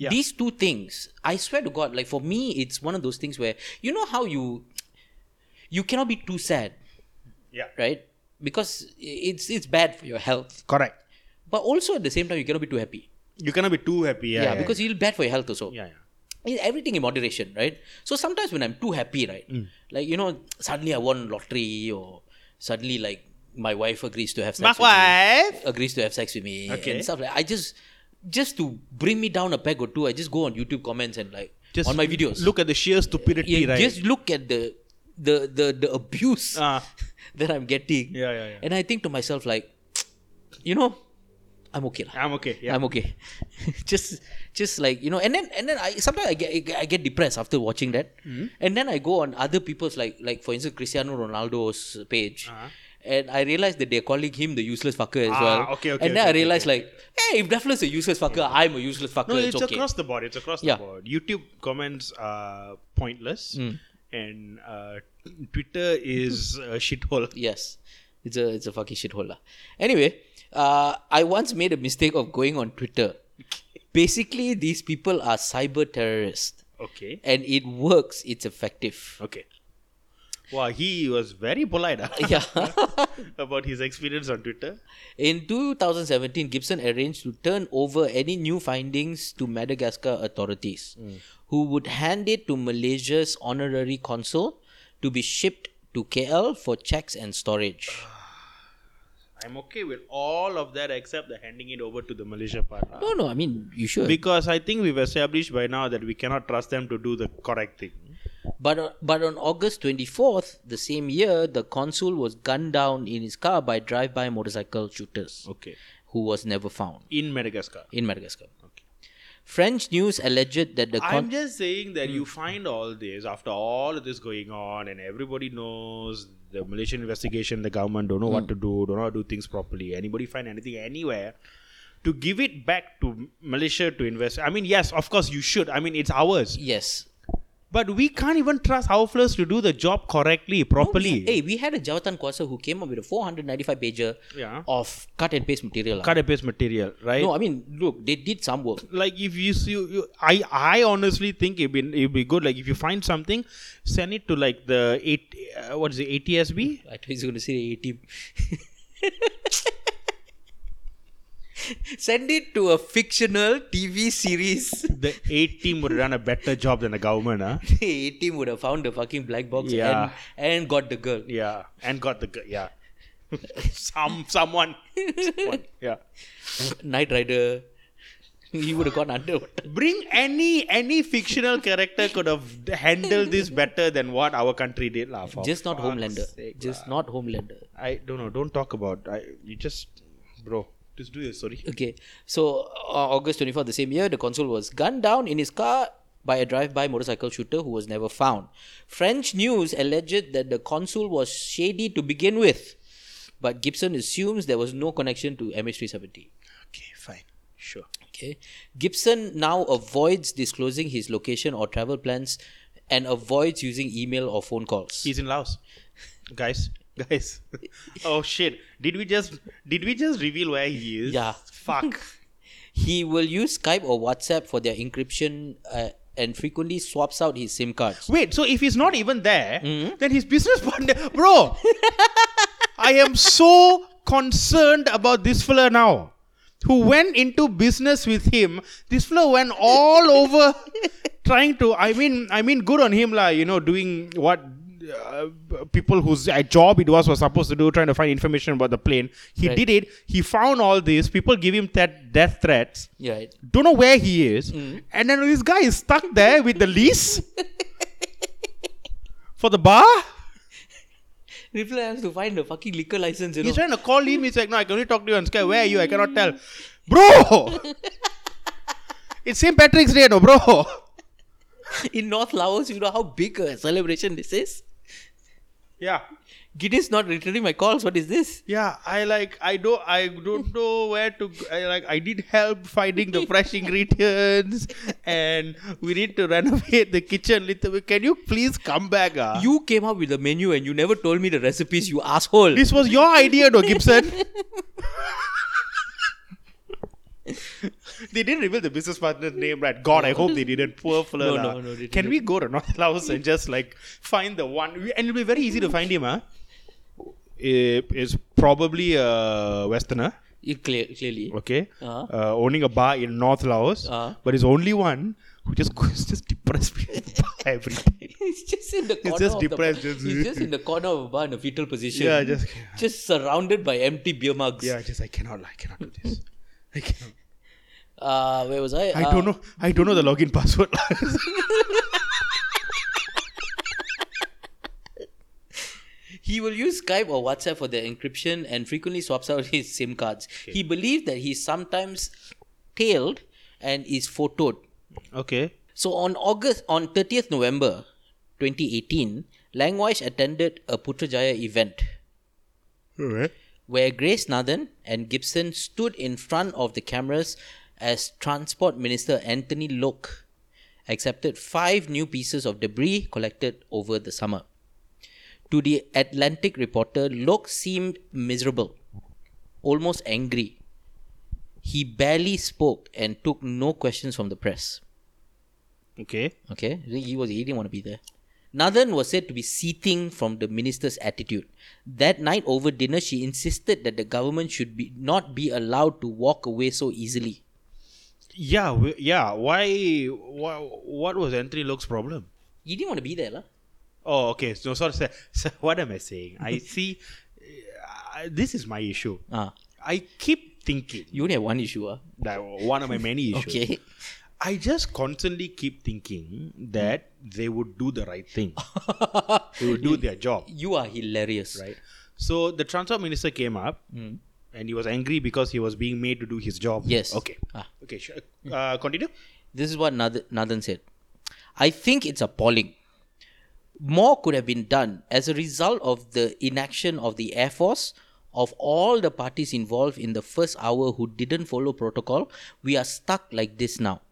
S3: Yeah.
S1: These two things, I swear to God, like for me, it's one of those things where you know how you you cannot be too sad,
S3: yeah.
S1: right? Because it's it's bad for your health.
S3: Correct.
S1: But also at the same time, you cannot be too happy.
S3: You cannot be too happy. Yeah,
S1: because it's bad for your health also.
S3: yeah, yeah.
S1: is everything in moderation, right? So sometimes when I'm too happy, right?
S3: Mm.
S1: Like, you know, suddenly I won lottery or suddenly like my wife agrees to have sex with
S3: wife.
S1: me. Agrees to have sex with me.
S3: Okay.
S1: And stuff like I just just to bring me down a peg or two, I just go on YouTube comments and like
S3: Just
S1: on my videos.
S3: Look at the sheer stupidity,
S1: yeah,
S3: right?
S1: just look at the the the, the abuse
S3: Ah.
S1: that I'm getting.
S3: Yeah, yeah, yeah.
S1: And I think to myself like you know, I'm okay. lah.
S3: I'm okay. Yeah.
S1: I'm okay. just just like you know, and then and then I sometimes I get I get depressed after watching that,
S3: Hmm.
S1: and then I go on other people's like like for instance Cristiano Ronaldo's page. And I realize that they're calling him the useless fucker as
S3: Uh-huh. Ah,
S1: well.
S3: okay, okay,
S1: and then
S3: okay,
S1: I realize, like, hey, if Duffler's a useless fucker, I'm a useless fucker.
S3: No,
S1: it's,
S3: it's,
S1: okay.
S3: across the board. It's across
S1: Yeah. Hmm.
S3: the board. YouTube comments are pointless, and uh, Twitter is a shithole.
S1: Yes, it's a it's a fucking shithole. lah. Anyway, uh, I once made a mistake of going on Twitter. Basically, these people are cyber terrorists,
S3: Okay.
S1: and it works. It's effective.
S3: Okay. Wow, he was very polite huh,
S1: Yeah.
S3: about his experience on Twitter.
S1: In 2017, Gibson arranged to turn over any new findings to Madagascar authorities, who would hand it to Malaysia's honorary consul to be shipped to KL for checks and storage.
S3: I'm okay with all of that except the handing it over to the Malaysia part. huh?
S1: No, no, I mean, you should.
S3: Because I think we've established by now that we cannot trust them to do the correct thing.
S1: But, uh, but on August 24th, the same year, the consul was gunned down in his car by drive by motorcycle shooters,
S3: Okay.
S1: who was never found
S3: In Madagascar.
S1: in Madagascar. French news alleged that the
S3: I'm
S1: con- Hmm.
S3: just saying that you find all this after all of this going on, and everybody knows the Malaysian investigation, the government don't know what
S1: Hmm.
S3: to do, don't know how to do things properly. Anybody find anything anywhere to give it back to Malaysia to invest? I mean, yes, of course you should. I mean, it's ours,
S1: yes,
S3: but we can't even trust Howflers to do the job correctly, properly.
S1: No, we- hey, we had a Jawatan Kwasa who came up with a 495 pager
S3: Yeah.
S1: of cut and paste material. ah.
S3: Cut and paste material, right?
S1: no, I mean, look, they did some work.
S3: like if you see you, i i honestly think it'd be, it'd be good like if you find something send it to like the eight uh, what is it atsb
S1: I thought he's going to say 80. Send it to a fictional TV series.
S3: the eight team would run a better job than the government huh?
S1: The A team would have found the fucking black box
S3: Yeah.
S1: and, and got the girl.
S3: yeah and got the g- yeah some someone, someone yeah
S1: Knight Rider. He would have gone underwater.
S3: bring any any fictional character could have handled this better than what our country did lah for
S1: Just not
S3: fuck's
S1: Homelander.
S3: sake,
S1: Just
S3: lah.
S1: not Homelander.
S3: i don't know don't talk about i you just bro just do your sorry
S1: Okay, so uh, August 24th, the same year, the consul was gunned down in his car by a drive-by motorcycle shooter who was never found. French news alleged that the consul was shady to begin with, but Gibson assumes there was no connection to MH370.
S3: okay fine sure
S1: Okay, Gibson now avoids disclosing his location or travel plans and avoids using email or phone calls.
S3: He's in Laos. Guys, guys. oh shit. Did we just did we just reveal where he is?
S1: Yeah.
S3: Fuck.
S1: He will use Skype or WhatsApp for their encryption uh, and frequently swaps out his SIM cards.
S3: Wait, so if he's not even there, then his business partner Bro! I am so concerned about this fella now. Who went into business with him. This fella went all over trying to I mean I mean good on him, lah. you know, doing what uh, people whose uh, job it was was supposed to do trying to find information about the plane he
S1: Right.
S3: did it he found all this people give him that death threats
S1: Yeah, right.
S3: don't know where he is, and then this guy is stuck there with the lease for the bar.
S1: Ripley has to find a fucking liquor license, you know.
S3: He's trying to call him. He's like, "No, I can only talk to you on Skype. Where are you? I cannot tell, bro." it's St. Patrick's Day, no, bro.
S1: In North Laos, you know how big a celebration this is?
S3: Yeah,
S1: Gideon's not returning my calls. What is this?
S3: yeah. I like. I don't. I don't know where to. g- I like. I need help finding the fresh ingredients, and we need to renovate the kitchen little bit. Can you please come back? Ah?
S1: You came up with the menu and you never told me the recipes, you asshole.
S3: This was your idea, though, Gibson. they didn't reveal the business partner's name, right? God, I hope they didn't. Poor fella.
S1: No,
S3: lah.
S1: no, no, they
S3: Can
S1: didn't.
S3: we go to North Laos and just like find the one? we- And it'll be very easy to find him, huh? It is probably a Westerner,
S1: You clear, clearly.
S3: okay,
S1: Uh-huh.
S3: uh, owning a bar in North Laos,
S1: Uh-huh.
S3: but he's only one who just goes just depressed people everything.
S1: He's just in the corner.
S3: just
S1: of
S3: depressed,
S1: The,
S3: just-
S1: he's just in the corner of a bar in a fetal position.
S3: Yeah, just-
S1: just surrounded by empty beer mugs.
S3: Yeah, just I cannot, I cannot do this. I cannot.
S1: Uh, where was I?
S3: I don't know. I don't know the login password.
S1: He will use Skype or WhatsApp for their encryption and frequently swaps out his SIM cards. He believes that he's sometimes tailed and is photoed.
S3: okay.
S1: So on August on 30th November 2018, Langweiss attended a Putrajaya event
S3: Alright.
S1: where Grace Nathan and Gibson stood in front of the cameras as Transport Minister Anthony Locke accepted five new pieces of debris collected over the summer. To the Atlantic reporter, Locke seemed miserable, almost angry. He barely spoke and took no questions from the press.
S3: Okay.
S1: Okay, he was he didn't want to be there. Nathan was said to be seething from the minister's attitude. That night over dinner, she insisted that the government should be not be allowed to walk away so easily.
S3: Yeah. We, yeah. Why, why? What was entry looks problem?
S1: He didn't want to be there, lah.
S3: Oh, okay. So, sorry. sir. So, what am I saying? I see. Uh, this is my issue.
S1: Ah,
S3: I keep thinking
S1: you only have one issue, ah.
S3: that one of my many issues.
S1: Okay.
S3: I just constantly keep thinking that they would do the right thing. they would do their job.
S1: You are hilarious.
S3: right? So the transport minister came up,
S1: Hmm.
S3: and he was angry because he was being made to do his job.
S1: Yes.
S3: Okay.
S1: Ah.
S3: Okay. Sure. Uh, continue.
S1: This is what Nathan, Nathan said. I think it's appalling. More could have been done as a result of the inaction of the Air Force, of all the parties involved in the first hour who didn't follow protocol. We are stuck like this now.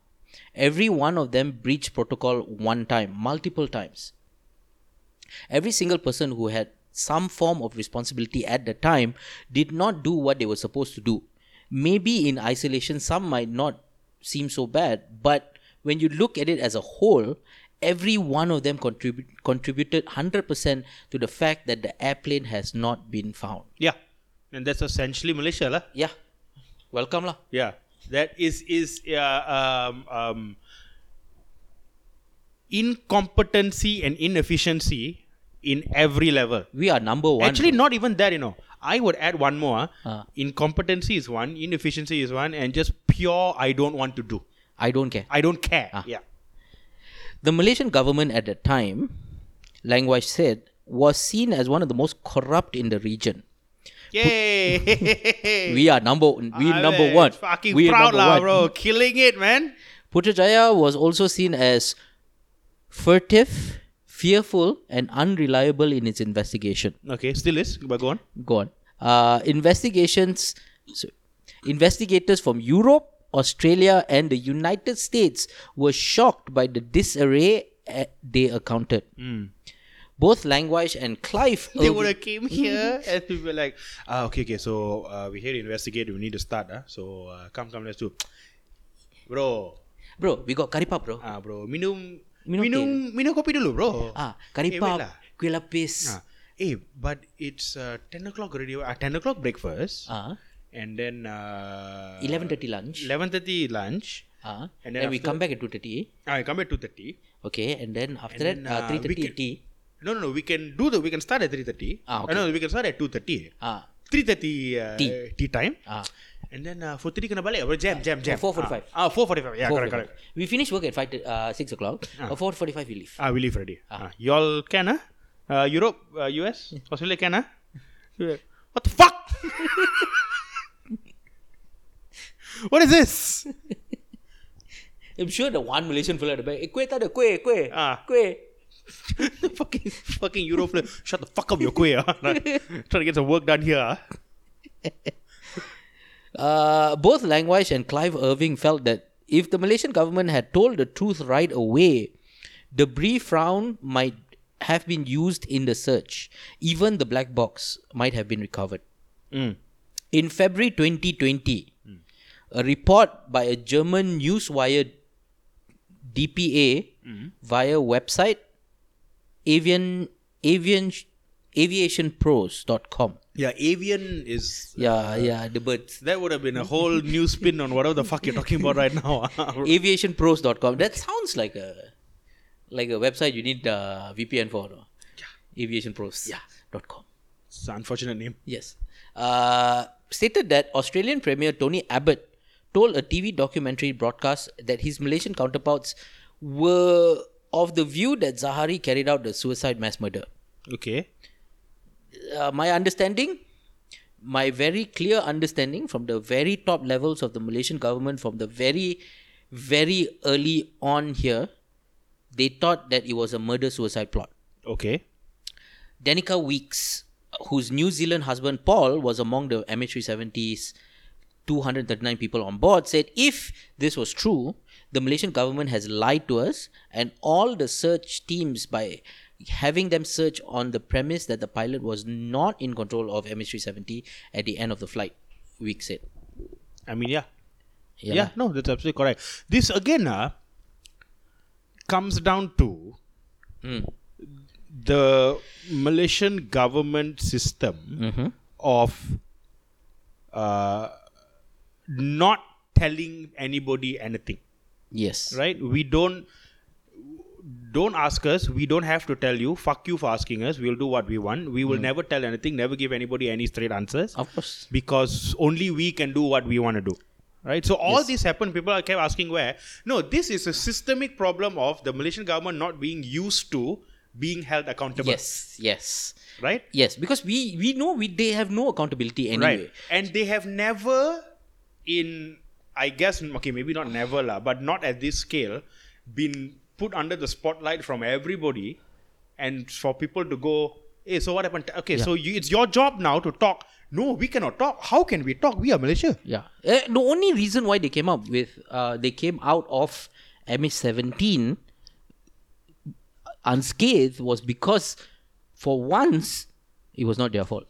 S1: Every one of them breached protocol one time, multiple times. Every single person who had some form of responsibility at the time did not do what they were supposed to do. Maybe in isolation, some might not seem so bad, but when you look at it as a whole, every one of them contribute, contributed 100% to the fact that the airplane has not been found.
S3: Yeah. And that's essentially Malaysia, lah.
S1: Yeah, welcome lah.
S3: Yeah. That is is uh, um, um, incompetency and inefficiency in every level.
S1: We are number one.
S3: Actually, not even that. You know, I would add one more.
S1: Ah.
S3: Incompetency is one, inefficiency is one, and just pure I don't want to do.
S1: I don't care.
S3: I don't care.
S1: Ah.
S3: Yeah.
S1: The Malaysian government at that time, Langwai said, was seen as one of the most corrupt in the region.
S3: Yay!
S1: We are number we
S3: Ah,
S1: number
S3: man,
S1: one.
S3: Fucking
S1: we are
S3: proud
S1: number
S3: lah,
S1: one.
S3: bro. Killing it, man.
S1: Putrajaya was also seen as furtive, fearful, and unreliable in its investigation.
S3: Okay, still is, but go on.
S1: Go on. Uh, investigations. So, investigators from Europe, Australia, and the United States were shocked by the disarray eh, they encountered. Both Langweiss and Clive.
S3: Hmm. They
S1: Irwin-
S3: would have came here and we were like, ah, okay, okay, so uh, we're here to investigate. We need to start. Huh? So uh, come, come, let's do. Bro,
S1: bro, we got karipap, bro.
S3: ah, bro, minum,
S1: Minum
S3: minum, minum, kopi dulu, bro.
S1: Ah,
S3: Eh, wait
S1: karipap,
S3: lah.
S1: kuih lapis.
S3: Ah, eh, but it's uh, 10 o'clock already. Uh, 10 o'clock breakfast.
S1: Ah,
S3: And then... Uh,
S1: 11:30 lunch.
S3: 11.30 lunch.
S1: Ah, and then
S3: And then
S1: we
S3: after-
S1: come back at two thirty.
S3: I come at 2.30.
S1: Okay, and then after
S3: And
S1: that, uh,
S3: then, uh,
S1: three
S3: we
S1: thirty
S3: can- No, no, no. We can do the. We can start at three thirty.
S1: Ah, okay.
S3: Uh, no, we can start at two thirty.
S1: Ah,
S3: Three thirty uh,
S1: Tea.
S3: tea. time.
S1: ah,
S3: And then uh, four thirty kena balik. Bro, jam, jam, jam.
S1: Oh, 4:45.
S3: Ah, four forty-five. Yeah,
S1: 4:45.
S3: correct, correct.
S1: We finish work at five, to- uh, six o'clock. Uh, four forty-five, we leave.
S3: Ah, we leave already. Ah. y'all can ah? Uh, Europe, uh, US, Australia can ah? What the fuck? what is this?
S1: I'm sure the one Malaysian fellow at the back. Eh, kuih tak ada kuih, kuih,
S3: Ah.
S1: kuih.
S3: fucking fucking Europe. Shut the fuck up, you're queer. ah. Trying to get some work done here. ah.
S1: Uh, both Langweiss and Clive Irving felt that if the Malaysian government had told the truth right away, the brief round might have been used in the search. Even the black box might have been recovered.
S3: Mm.
S1: In February 2020, a report by a German newswire DPA via website avian avian aviationpros.com.
S3: Yeah, avian is.
S1: Yeah, yeah, the birds.
S3: That would have been a whole new spin on whatever the fuck you're talking about right now. ah.
S1: Aviationpros.com. That sounds like a like a website you need uh, VPN for. No? Yeah. Aviationpros. Yeah. Dot com.
S3: it's an unfortunate name.
S1: Yes. Uh, stated that Australian Premier Tony Abbott told a TV documentary broadcast that his Malaysian counterparts were of the view that Zahari carried out the suicide mass murder.
S3: Okay.
S1: Uh, my understanding, my very clear understanding from the very top levels of the Malaysian government from the very, very early on here, they thought that it was a murder suicide plot.
S3: Okay.
S1: Danica Weeks, whose New Zealand husband Paul was among the MH370's 239 people on board, said if this was true, the Malaysian government has lied to us and all the search teams by having them search on the premise that the pilot was not in control of MH370 at the end of the flight, Weeks said.
S3: I mean, yeah.
S1: Yeah.
S3: Yeah, no, that's absolutely correct. This again uh, comes down to the Malaysian government system of uh, not telling anybody anything.
S1: Yes.
S3: Right? We don't don't ask us. We don't have to tell you. Fuck you for asking us. We'll do what we want. We will never tell anything. Never give anybody any straight answers
S1: Of course.
S3: because only we can do what we want to do right so all this happened people are kept asking where no this is a systemic problem of the malaysian government not being used to being held accountable
S1: Yes. Yes.
S3: right
S1: Yes. Because we, we know we they have no accountability anyway.
S3: right and they have never in i guess okay maybe not never lah, but not at this scale been put under the spotlight from everybody and for people to go hey so what happened okay so you, it's your job now to talk no we cannot talk how can we talk we are malaysia
S1: Yeah. Eh, the only reason why they came up with, uh, they came out of MH17 unscathed was because for once it was not their fault.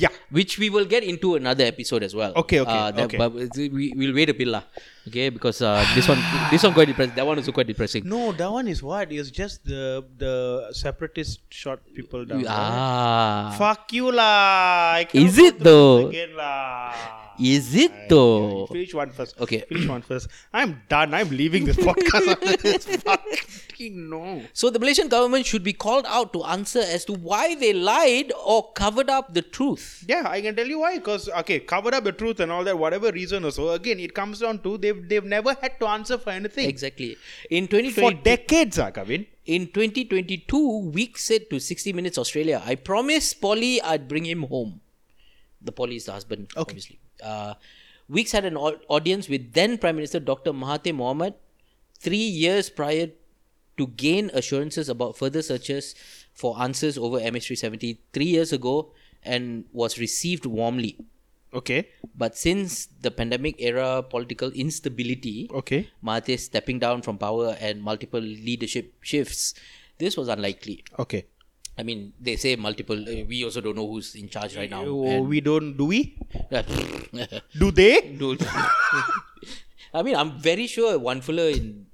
S3: yeah
S1: Which we will get into another episode as well.
S3: Okay, okay,
S1: Uh, that,
S3: okay.
S1: But we, we'll wait a bit, lah. Okay, because uh, this one, this one quite depressing. That one also quite depressing.
S3: No, that one is what? It's just the the separatist shot people down. right?
S1: Ah,
S3: Fuck you lah. I cannot
S1: Is
S3: go
S1: it
S3: through this
S1: though?
S3: Again lah.
S1: is it though?
S3: Finish one first.
S1: Okay.
S3: Finish one first. I'm done. I'm leaving this podcast after this. Fucking no.
S1: So the Malaysian government should be called out to answer as to why they lied or covered up the truth.
S3: Yeah, I can tell you why. Because okay, cover up the truth and all that, whatever reason or so. Again, it comes down to they've they've never had to answer for anything
S1: Exactly. In
S3: for
S1: 2020,
S3: decades, ah, Kavin.
S1: in 2022, Week said to 60 Minutes Australia, I promise Polly I'd bring him home. The Polly is the husband, obviously. Uh, Weeks had an au- audience with then Prime Minister Dr. Mahathir Mohamad three years prior to gain assurances about further searches for answers over MH370 three years ago and was received warmly.
S3: Okay.
S1: But since the pandemic era political instability,
S3: Okay.
S1: Mahathir stepping down from power and multiple leadership shifts, this was unlikely.
S3: Okay.
S1: I mean, they say multiple. uh, We also don't know who's in charge right now.
S3: Oh, we don't. Do we?
S1: and-
S3: Do they?
S1: Dude. I mean, I'm very sure one fella in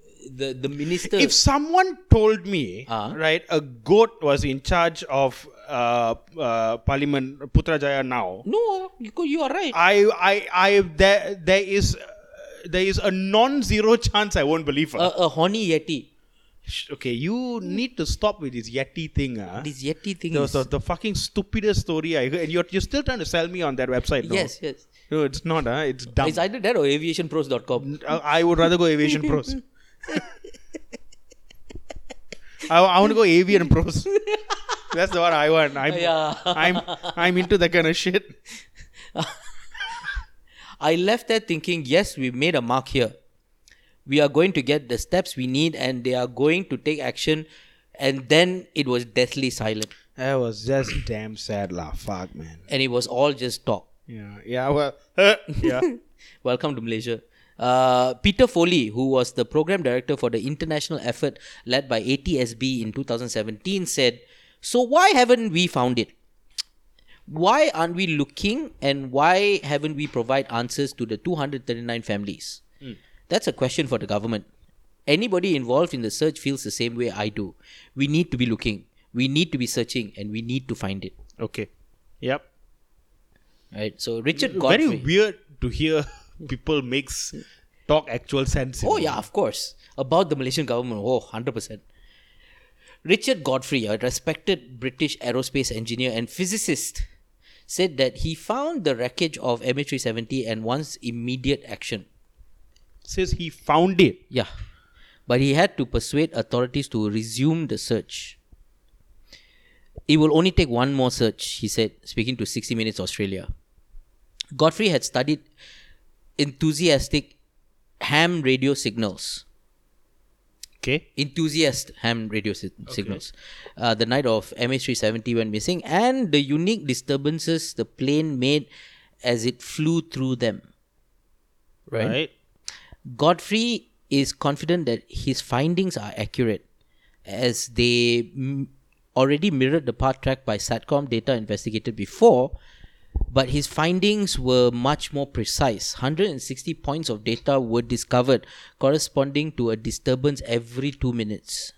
S1: the the minister.
S3: if someone told me
S1: Uh-huh.
S3: right a goat was in charge of uh, uh, parliament putrajaya now
S1: no, you go- you are right.
S3: i i i there there is uh, there is a non-zero chance i won't believe her
S1: A, a horny yeti.
S3: Sh- okay you need to stop with this yeti thing uh.
S1: This yeti thing.
S3: the,
S1: is-
S3: the, the fucking stupidest story i heard and you're, you're still trying to sell me on that website no?
S1: yes, yes.
S3: no it's not uh, it's dumb
S1: It's either that or aviationpros.com.
S3: Uh, I would rather go aviation pros. I, I want to go avian pros. That's the one I want. I'm,
S1: Yeah.
S3: I'm, I'm into that kind of shit.
S1: I left there thinking, yes, we made a mark here. We are going to get the steps we need, and they are going to take action. And then it was deathly silent,
S3: That was just damn sad, lah. Fuck, man.
S1: and it was all just talk.
S3: Yeah, yeah, well, uh, yeah.
S1: Welcome to Malaysia. Uh, Peter Foley, who was the program director for the international effort led by ATSB in 2017, said, So why haven't we found it? Why aren't we looking and why haven't we provide answers to the 239 families? That's a question for the government. Anybody involved in the search feels the same way I do. We need to be looking. we need to be searching and we need to find it.
S3: Okay. Yep.
S1: Right. So Richard Godfrey.
S3: Very weird to hear people makes talk actual sense. you
S1: Oh,
S3: know.
S1: yeah, of course. About the Malaysian government. Oh, 100%. Richard Godfrey, a respected British aerospace engineer and physicist, said that he found the wreckage of MH370 and wants immediate action.
S3: Says he found it.
S1: Yeah. But he had to persuade authorities to resume the search. It will only take one more search, he said, speaking to 60 Minutes Australia. Godfrey had studied enthusiastic ham radio signals
S3: Okay.
S1: enthusiast ham radio si- signals uh, the night of MH370 went missing and the unique disturbances the plane made as it flew through them.
S3: Right.
S1: Godfrey is confident that his findings are accurate as they m- already mirrored the path tracked by SATCOM data investigated before, but his findings were much more precise. 160 points of data were discovered, corresponding to a disturbance every two minutes.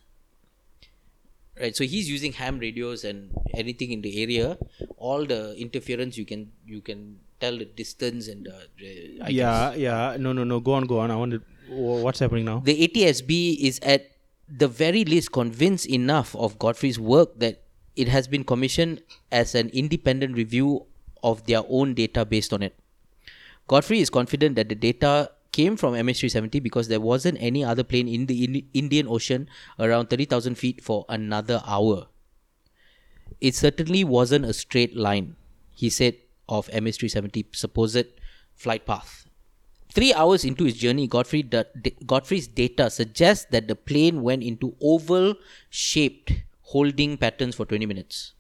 S1: Right, so he's using ham radios and anything in the area. All the interference you can you can tell the distance and the, the I guess.
S3: yeah. Yeah. No. No. No. Go on. Go on. I want to. wha- What's happening now?
S1: the ATSB is at the very least convinced enough of Godfrey's work that it has been commissioned as an independent review of their own data based on it. Godfrey is confident that the data came from MH370 because there wasn't any other plane in the Indi- Indian Ocean around 30,000 feet for another hour. It certainly wasn't a straight line, he said of MH370 supposed flight path. Three hours into his journey, Godfrey da- da- Godfrey's data suggests that the plane went into oval shaped holding patterns for 20 minutes.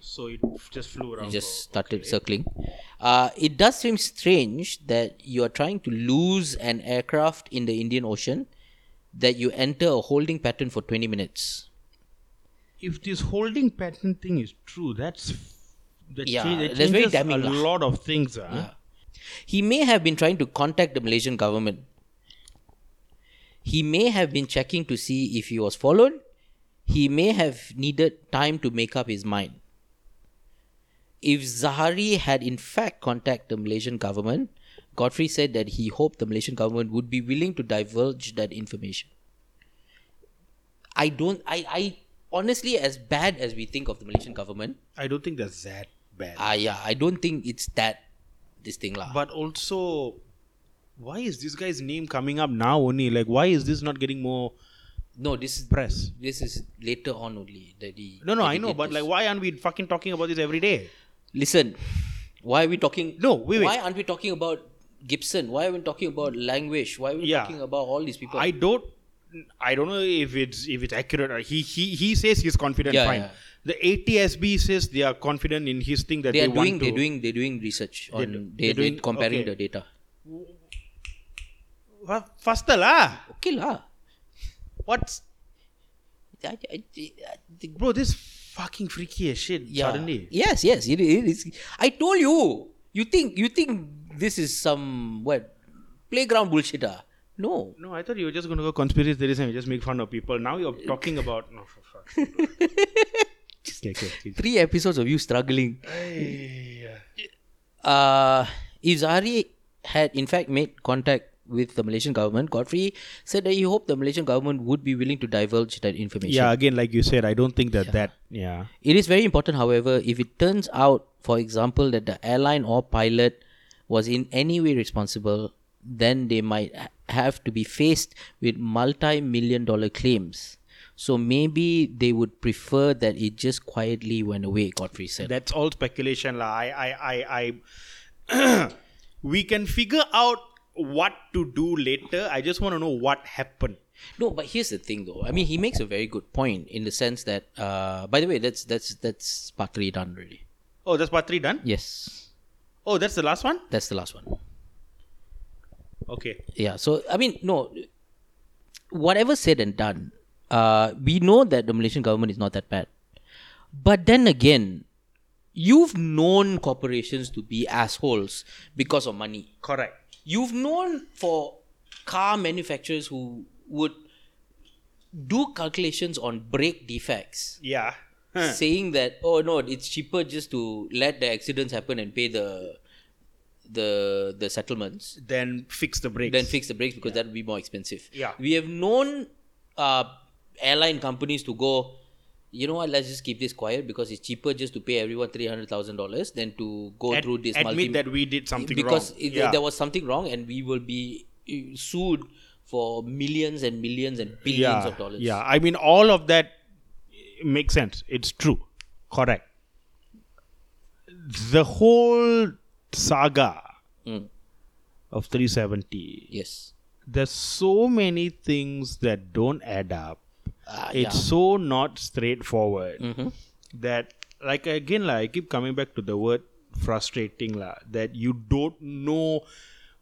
S2: So it just flew around.
S1: It just started circling. Uh, it does seem strange that you are trying to lose an aircraft in the Indian Ocean, that you enter a holding pattern for 20 minutes.
S3: If this holding pattern thing is true, that's that
S1: Yeah,
S3: change- that
S1: that's very
S3: changes
S1: damning
S3: a
S1: lah.
S3: lot of things. ah.
S1: He may have been trying to contact the Malaysian government. He may have been checking to see if he was followed. He may have needed time to make up his mind. If Zahari had in fact contacted the Malaysian government, Godfrey said that he hoped the Malaysian government would be willing to divulge that information. I don't, I, I honestly, as bad as we think of the Malaysian government,
S3: I don't think that's that bad.
S1: I, yeah, I don't think it's that this thing. lah.
S3: But also, why is this guy's name coming up now only? Like, why is this not getting more
S1: No, this is
S3: press?
S1: this is later on only that he.
S3: No, no,
S1: that he
S3: I know,
S1: did
S3: but
S1: this.
S3: like, why aren't we fucking talking about this every day?
S1: listen, why are we talking?
S3: No, wait, wait.
S1: Why aren't we talking about Gibson? Why are we talking about language? Why are we
S3: Yeah.
S1: talking about all these people?
S3: I don't. I don't know if it's if it's accurate or he he he says he's confident.
S1: Yeah,
S3: fine.
S1: yeah.
S3: The ATSB says they are confident in his thing that
S1: they
S3: they,
S1: are doing
S3: want to.
S1: they're doing they're doing research on
S3: do-
S1: they,
S3: they're
S1: they're
S3: doing-
S1: comparing
S3: okay.
S1: the data.
S3: Fa- faster lah.
S1: Okay lah.
S3: What's
S1: I- I- I- I-
S3: bro? This fucking freaky as shit.
S1: yeah.
S3: Suddenly.
S1: Yes, yes, it, it is. I told you. You think you think this is some what playground bullshit? Ah, no.
S3: No, I thought you were just gonna go conspiracy theories and just make fun of people. Now you're talking about no for fuck. okay, okay, okay.
S1: Three episodes of you struggling.
S3: Ay,
S1: uh, if Zahari had in fact made contact with the Malaysian government, Godfrey said that he hoped the Malaysian government would be willing to divulge that information.
S3: Yeah, again, like you said, I don't think that that yeah.
S1: It is very important, however, if it turns out, for example, that the airline or pilot was in any way responsible, then they might ha- have to be faced with multi million dollar claims. So maybe they would prefer that it just quietly went away, Godfrey said.
S3: That's all speculation, lah. I, I, I, I we can figure out what to do later. I just want to know what happened.
S1: No, but here's the thing, though. I mean, he makes a very good point in the sense that, uh, by the way, that's that's that's part three done really.
S3: Oh, that's part three done.
S1: Yes,
S3: Oh, that's the last one.
S1: that's the last one.
S3: Okay.
S1: Yeah. So I mean, no. Whatever said and done, uh, we know that the Malaysian government is not that bad. But then again, you've known corporations to be assholes because of money.
S3: Correct.
S1: You've known for car manufacturers who would do calculations on brake defects,
S3: Yeah.
S1: saying that oh no, it's cheaper just to let the accidents happen and pay the the the settlements
S3: then fix the brakes.
S1: then fix the brakes because that would be more expensive.
S3: Yeah.
S1: We have known uh, airline companies to go, you know what, let's just keep this quiet because it's cheaper just to pay everyone $300,000 than to go
S3: Ad-
S1: through this
S3: admit
S1: multi-
S3: that we did something
S1: because
S3: wrong.
S1: it-
S3: Yeah.
S1: there was something wrong and we will be uh, sued for millions and millions and billions
S3: yeah.
S1: of dollars.
S3: Yeah. I mean, all of that makes sense. It's true. Correct. The whole saga
S1: Mm.
S3: of 370,
S1: Yes.
S3: there's so many things that don't add up.
S1: Ah,
S3: It's so not straightforward.
S1: yeah. hmm
S3: that like again like I keep coming back to the word frustrating la, that you don't know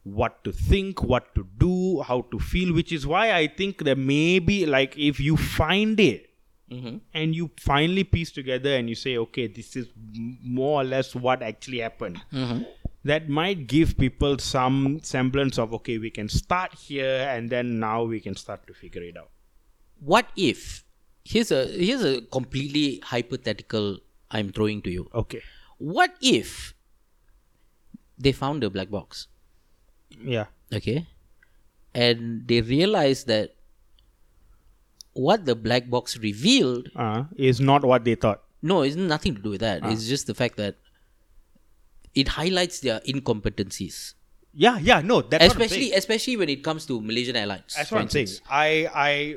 S3: what to think, what to do, how to feel, which is why I think that maybe like if you find it
S1: hmm
S3: and you finally piece together and you say, okay, this is m- more or less what actually happened. That might give people some semblance of okay, we can start here and then now we can start to figure it out.
S1: What if? Here's a here's a completely hypothetical I'm throwing to you.
S3: Okay.
S1: What if they found a black box?
S3: Yeah.
S1: okay and they realized that what the black box revealed
S3: Uh, is not what they thought.
S1: no it's nothing to do with that
S3: Ah.
S1: it's just the fact that it highlights their incompetencies
S3: Yeah, yeah, no, that's what I'm saying.
S1: especially especially when it comes to malaysian airlines
S3: That's
S1: for
S3: what I'm saying.
S1: instance.
S3: I I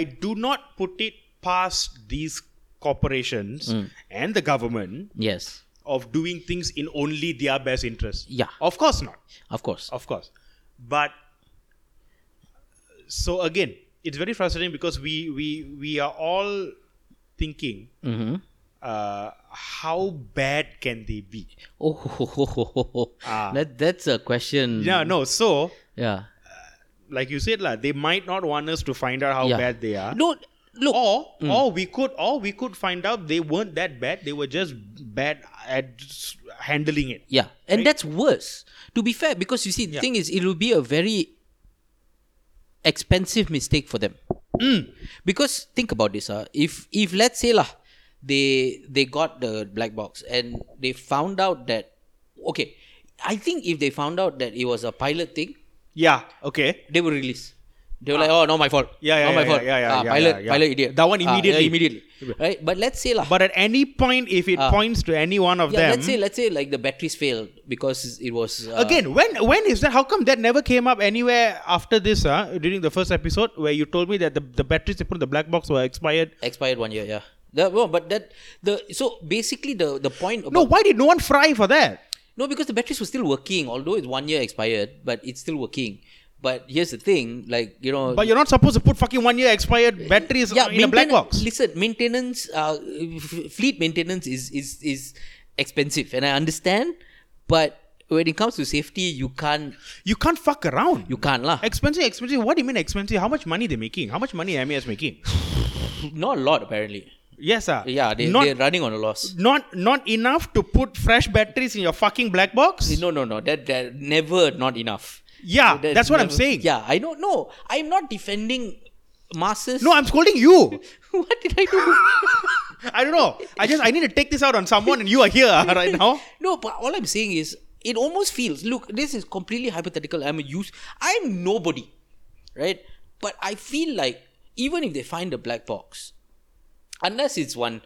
S3: I do not put it past these corporations
S1: Hmm.
S3: and the government
S1: yes
S3: of doing things in only their best interest.
S1: Yeah.
S3: Of course not.
S1: of course
S3: Of course. But so again, it's very frustrating because we we we are all thinking
S1: hmm
S3: uh, how bad can they be?
S1: oh ho, ho, ho, ho, ho.
S3: Ah.
S1: That, that's a question
S3: Yeah, no. So,
S1: yeah
S3: like you said, lah, they might not want us to find out how
S1: Yeah.
S3: bad they are.
S1: no Mm. look
S3: or or we could or we could find out they weren't that bad they were just bad at s- handling it
S1: Yeah, and that's worse. To be fair, because you see, the
S3: Yeah.
S1: thing is, it will be a very expensive mistake for them.
S3: Hmm.
S1: Because think about this, uh, if if let's say lah, they they got the black box and they found out that okay, I think if they found out that it was a pilot thing,
S3: yeah okay
S1: they will release. They were like, oh, not my fault.
S3: Ah. Yeah, yeah,
S1: not my
S3: yeah,
S1: fault.
S3: yeah, yeah,
S1: Ah,
S3: yeah,
S1: pilot,
S3: yeah, yeah.
S1: pilot, idiot.
S3: That one
S1: Ah,
S3: immediately.
S1: yeah, immediately. Right, but let's say lah.
S3: but at any point if it points to any one of
S1: Ah. yeah,
S3: them
S1: let's say let's say like the batteries failed because it was uh,
S3: again when when is that how come that never came up anywhere after this huh? during the first episode where you told me that the, the batteries they put in the black box were expired
S1: expired one year yeah that, well, but that the so basically the the point
S3: no
S1: about,
S3: why did no one fry for that
S1: no because the batteries were still working although it's one year expired but it's still working but here's the thing like you know
S3: but you're not supposed to put fucking one year expired batteries
S1: yeah
S3: in a black
S1: mainten-
S3: box
S1: listen maintenance uh, f- fleet maintenance is is is expensive and i understand but when it comes to safety you can't
S3: you can't fuck around
S1: you can't lah
S3: Expensive, expensive. What do you mean expensive? How much money they making? How much money MAS making?
S1: not a lot apparently
S3: Yes, sir.
S1: yeah they,
S3: not
S1: they're running on a loss
S3: not not enough to put fresh batteries in your fucking black box.
S1: no no no that that never not enough
S3: yeah,
S1: That-
S3: that's, what I'm
S1: never-
S3: saying.
S1: Yeah, I don't know. I'm not defending masses.
S3: No, I'm scolding you.
S1: what did I do?
S3: I don't know. I just I need to take this out on someone, and you are here right now.
S1: no, but all I'm saying is it almost feels. Look, this is completely hypothetical. I'm a use. I'm nobody, right? But I feel like even if they find a black box, unless it's one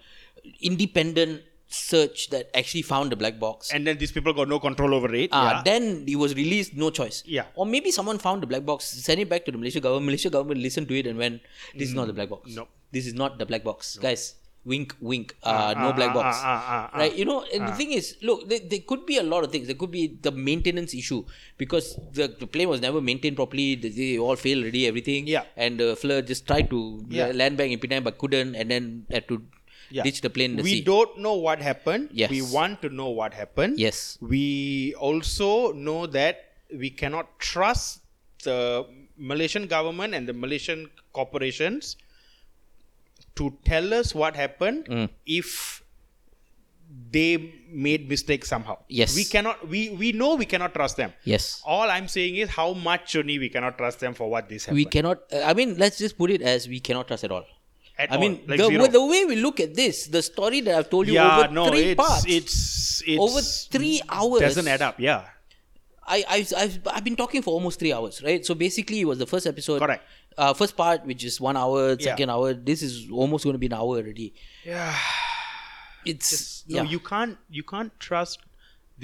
S1: independent search that actually found a black box.
S3: And then these people got no control over it.
S1: Ah,
S3: yeah.
S1: then it was released, no choice.
S3: Yeah.
S1: Or maybe someone found the black box, sent it back to the Malaysia government. Malaysia government listened to it and went, "This is not the black box.
S3: Mm, Nope.
S1: This is not the black box, guys. Wink, wink. Uh,
S3: ah,
S1: no black
S3: ah,
S1: box.
S3: ah, ah, ah, ah.
S1: right? You know. And the thing is, look, there, there could be a lot of things. There could be the maintenance issue because the, the plane was never maintained properly. They, they all failed already. Everything.
S3: Yeah.
S1: And the Fleur just tried to
S3: Yeah.
S1: land back in Penang but couldn't, and then had to
S3: Yeah.
S1: ditch the plane in the
S3: we
S1: sea.
S3: don't know what happened.
S1: Yes.
S3: We want to know what happened.
S1: Yes.
S3: We also know that we cannot trust the Malaysian government and the Malaysian
S1: Hmm.
S3: corporations to tell us what happened if they made mistakes somehow.
S1: Yes.
S3: We cannot we we know we cannot trust them.
S1: Yes.
S3: All I'm saying is how much only we cannot trust them for what this happened.
S1: We cannot. Uh, I mean, let's just put it as we cannot trust at all.
S3: At
S1: I
S3: all,
S1: mean,
S3: like
S1: the,
S3: zero.
S1: the way we look at this, the story that I've told you
S3: yeah,
S1: over
S3: no,
S1: three
S3: it's,
S1: parts,
S3: it's it's
S1: over three hours,
S3: doesn't add up. Yeah.
S1: I, I've, I've, I've been talking for almost three hours, right? So basically, it was the first episode.
S3: Correct.
S1: Uh, first part, which is one hour,
S3: Yeah.
S1: second hour. This is almost going to be an hour already.
S3: Yeah.
S1: It's
S3: No,
S1: yeah.
S3: you can't you can't trust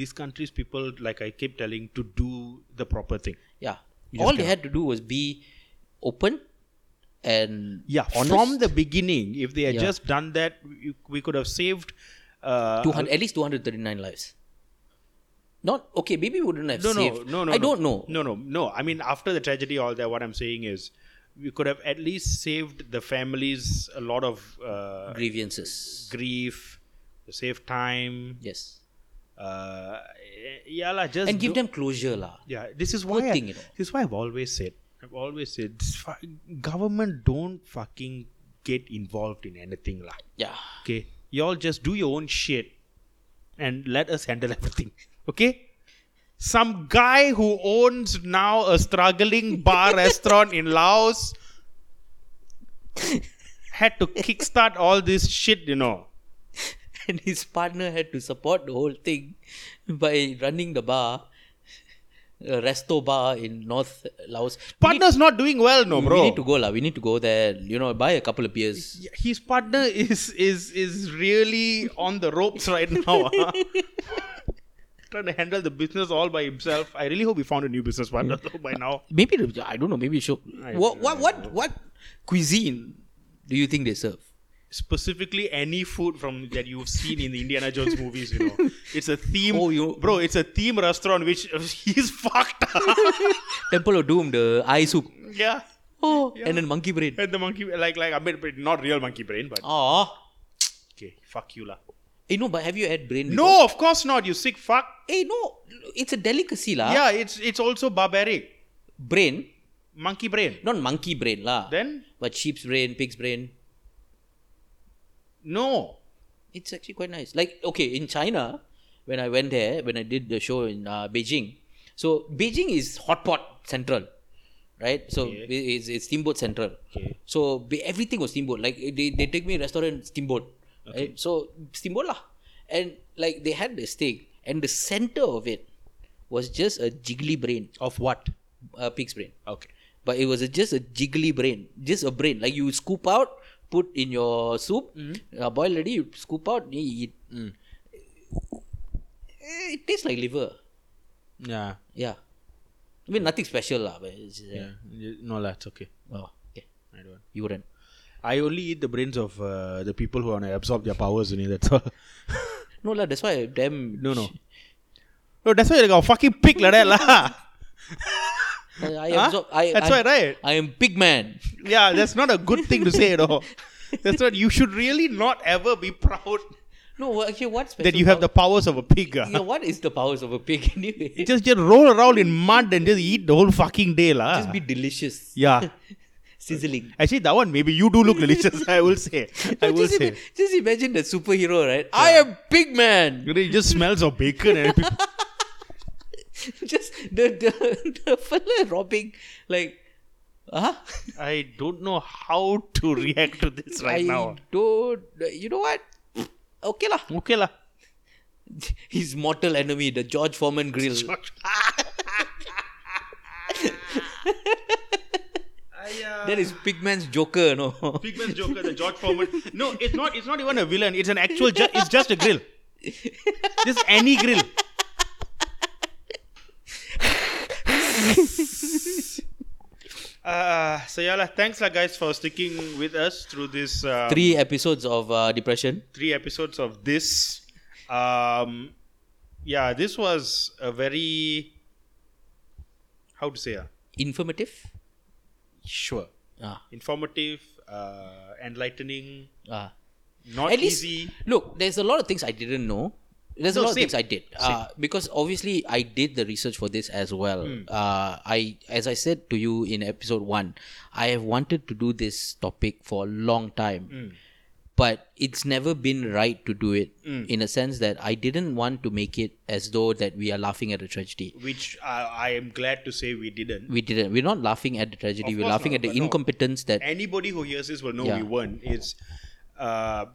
S3: these countries people like I keep telling to do the proper thing.
S1: Yeah.
S3: You
S1: All
S3: just
S1: they had to do was be open and
S3: Yeah,
S1: honest.
S3: from the beginning, if they had
S1: Yeah.
S3: just done that, we, we could have saved. Uh,
S1: 200, at least 239 lives. Not okay, maybe we wouldn't have
S3: no, no,
S1: saved.
S3: no, no.
S1: I
S3: no.
S1: don't know.
S3: No, no, no. I mean, after the tragedy, all that. What I'm saying is, we could have at least saved the families a lot of uh,
S1: Grievances.
S3: grief, save time.
S1: Yes.
S3: Uh, yeah, lah. Just
S1: And give
S3: do-
S1: them closure, lah.
S3: Yeah, this is why. I,
S1: thing, you know.
S3: This is why I've always said. I've always said, this fu- government don't fucking get involved in anything, lah.
S1: Yeah.
S3: Okay, y'all just do your own shit, and let us handle everything. Okay. Some guy who owns now a struggling bar restaurant in Laos had to kickstart all this shit, you know.
S1: And his partner had to support the whole thing by running the bar, a resto bar in North Laos. We need-
S3: Partner's not doing well, no,
S1: we
S3: bro.
S1: need to go, lah. We need to go there, you know, buy a couple of beers.
S3: Yeah, his partner is is is really on the ropes right now. huh? Trying to handle the business all by himself. I really hope he found a new business partner though by now.
S1: Maybe the- I don't know. Maybe show.
S3: I
S1: What
S3: don't
S1: what what what cuisine do you think they serve?
S3: Specifically, any food from that you've seen in the Indiana Jones movies, you know, it's a theme,
S1: Oh, you-
S3: bro. It's a theme restaurant which he's fucked.
S1: Temple of Doom, the eye soup.
S3: yeah,
S1: Oh, and then monkey brain.
S3: and the monkey, like, like I mean, but not real monkey brain, but
S1: Oh,
S3: okay, fuck you lah.
S1: hey, Eh, no, but have you had brain? before?
S3: No, of course not. You sick fuck.
S1: Hey, no, it's a delicacy lah.
S3: Yeah, it's it's also barbaric.
S1: Brain,
S3: Monkey brain.
S1: not monkey brain lah.
S3: Then
S1: But sheep's brain, pig's brain.
S3: no,
S1: It's actually quite nice. Like okay, in China, when I went there, when I did the show in uh, Beijing, so Beijing is hot pot central, right? So
S3: Okay.
S1: it- it's, it's steamboat central.
S3: Okay.
S1: So be, everything was steamboat. Like they, they take me restaurant steamboat. Right? So steamboat lah, and like they had this thing, and the center of it was just a jiggly brain,
S3: Of what?
S1: a pig's brain.
S3: Okay.
S1: But it was a, just a jiggly brain, just a brain. Like you scoop out, put in your soup,
S3: Mm-hmm.
S1: uh, boil already, you scoop out, you eat.
S3: Mm.
S1: Eh, It tastes like liver.
S3: Yeah.
S1: Yeah. I mean, nothing special, lah. But it's just,
S3: Yeah. You- No, that's okay.
S1: Oh, okay.
S3: I don't.
S1: You wouldn't.
S3: I only eat the brains of uh, the people who want to absorb their powers. You know, that's all.
S1: No, lah. That's why damn.
S3: no, no. No, that's why you got fucking pig like that, lah.
S1: I
S3: Huh?
S1: absorb. I, I,
S3: That's why, right?
S1: I am big man.
S3: Yeah, that's not a good thing to say at all. That's what you should really not ever be proud
S1: No, well, actually, what special?
S3: that you have the
S1: power-
S3: powers of a pig. ah.
S1: Yeah, what is the powers of a pig anyway?
S3: You just just roll around in mud and just eat the whole fucking day, lah.
S1: Just be delicious.
S3: ah. yeah.
S1: Sizzling.
S3: Actually, that one maybe you do look delicious. I will say.
S1: No,
S3: I will
S1: just,
S3: say.
S1: ima- just imagine the superhero, right? I am big man.
S3: You know, It just smells of bacon and people
S1: just the the, the fella robbing, like, huh?
S3: I don't know how to react to this
S1: I
S3: right now.
S1: don't. You know what? Okay lah.
S3: Okay lah.
S1: His mortal enemy, the George Foreman grill.
S3: uh,
S1: That is Pigman's Joker, no?
S3: Pigman's Joker, the George Foreman. No, it's not. It's not even a villain. It's an actual. Ju- it's just a grill. Just any grill. Uh, so yeah, lah. thanks lah, guys, for sticking with us through this uh,
S1: Three episodes of uh, depression.
S3: three episodes of this. Um, yeah, this was a very how to say, uh,
S1: Informative.
S3: sure,
S1: Ah,
S3: informative, uh, enlightening,
S1: ah.
S3: not
S1: At least,
S3: easy.
S1: look, there's a lot of things I didn't know. There's a
S3: No,
S1: lot
S3: same.
S1: of things I did uh, because obviously I did the research for this as well.
S3: Hmm.
S1: Uh, I, as I said to you
S3: Hmm.
S1: in episode one, I have wanted to do this topic for a long time, but it's never been right to do it
S3: Hmm.
S1: in a sense that I didn't want to make it as though that we are laughing at a tragedy.
S3: Which I, I am glad to say we didn't.
S1: We didn't. We're not laughing at the tragedy.
S3: Of
S1: We're
S3: course
S1: laughing at
S3: not,
S1: the
S3: but no.
S1: incompetence that
S3: Anybody who hears this will know
S1: Yeah.
S3: we weren't. It's. Uh,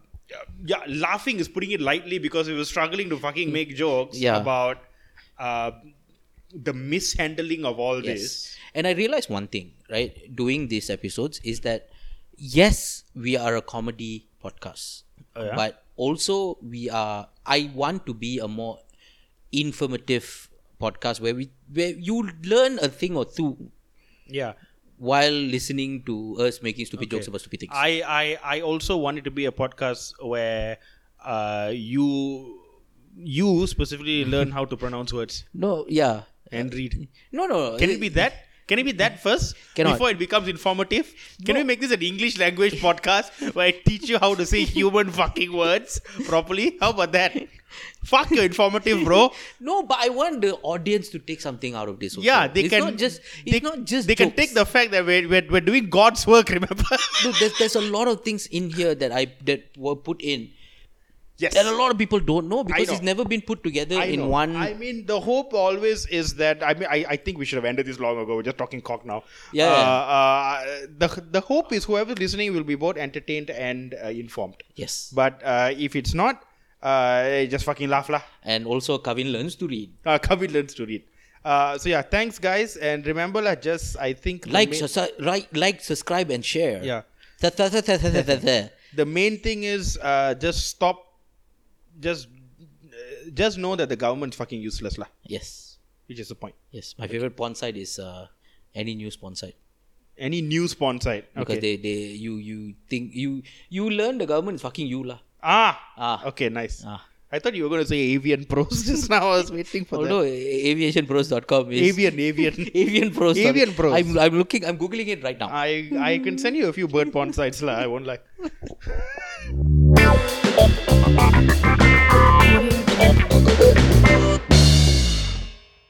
S3: yeah, laughing is putting it lightly because we were struggling to fucking make jokes
S1: Mm. Yeah.
S3: about uh, the mishandling of all this.
S1: And I realized one thing, right? Doing these episodes is that yes, we are a comedy podcast,
S3: Oh, yeah?
S1: but also we are. I want to be a more informative podcast where we where you learn a thing or two
S3: Yeah.
S1: while listening to us making stupid jokes about stupid things.
S3: I, I I also want it to be a podcast where uh, you you specifically learn how to pronounce words
S1: no, yeah,
S3: and read.
S1: no, no.
S3: Can it be that? Can it be that first
S1: Cannot.
S3: before it becomes informative? Can we make this an English language podcast where I teach you how to say human fucking words properly? How about that? Fuck your informative, bro.
S1: No, but I want the audience to take something out of this. Also.
S3: Yeah, they
S1: it's
S3: can
S1: Not just it's
S3: they-
S1: not just
S3: they can
S1: jokes.
S3: take the fact that we're, we're, we're doing God's work. Remember?
S1: Dude, there's, there's a lot of things in here that I that were put in
S3: yes.
S1: that a lot of people don't know because
S3: know.
S1: it's never been put together
S3: I
S1: in
S3: know.
S1: one.
S3: I mean, the hope always is that. I mean, I, I think we should have ended this long ago. We're just talking cock now.
S1: Yeah,
S3: Uh, uh, the the hope is whoever listening will be both entertained and uh, informed.
S1: yes,
S3: But uh, if it's not, uh, just fucking laugh lah.
S1: and also Kavin learns to read.
S3: Uh, Kavi learns to read. Uh, so yeah, thanks guys, and remember lah. Just I think
S1: Like,
S3: the, main,
S1: susi- like, like, subscribe, and share.
S3: Yeah.
S1: Tha- tha- tha- tha- tha- tha- tha- tha.
S3: the main thing is uh, just stop. Just uh, just know that the government's fucking useless lah,
S1: Yes,
S3: which is the point.
S1: yes. My favorite porn site is uh, any news porn site
S3: Any news porn site.
S1: because
S3: Okay.
S1: they, they you you think you you learn the government is fucking you lah.
S3: Ah.
S1: Ah.
S3: Okay, nice.
S1: Ah.
S3: I thought you were going to say avian pros just now. I was waiting for
S1: Although a- aviationpros.com
S3: that.
S1: is
S3: Avian, avian.
S1: avian pros. sorry.
S3: Avian pros.
S1: I'm, I'm looking. I'm googling it right now.
S3: I I can send you a few bird porn sites, lah. I won't lie.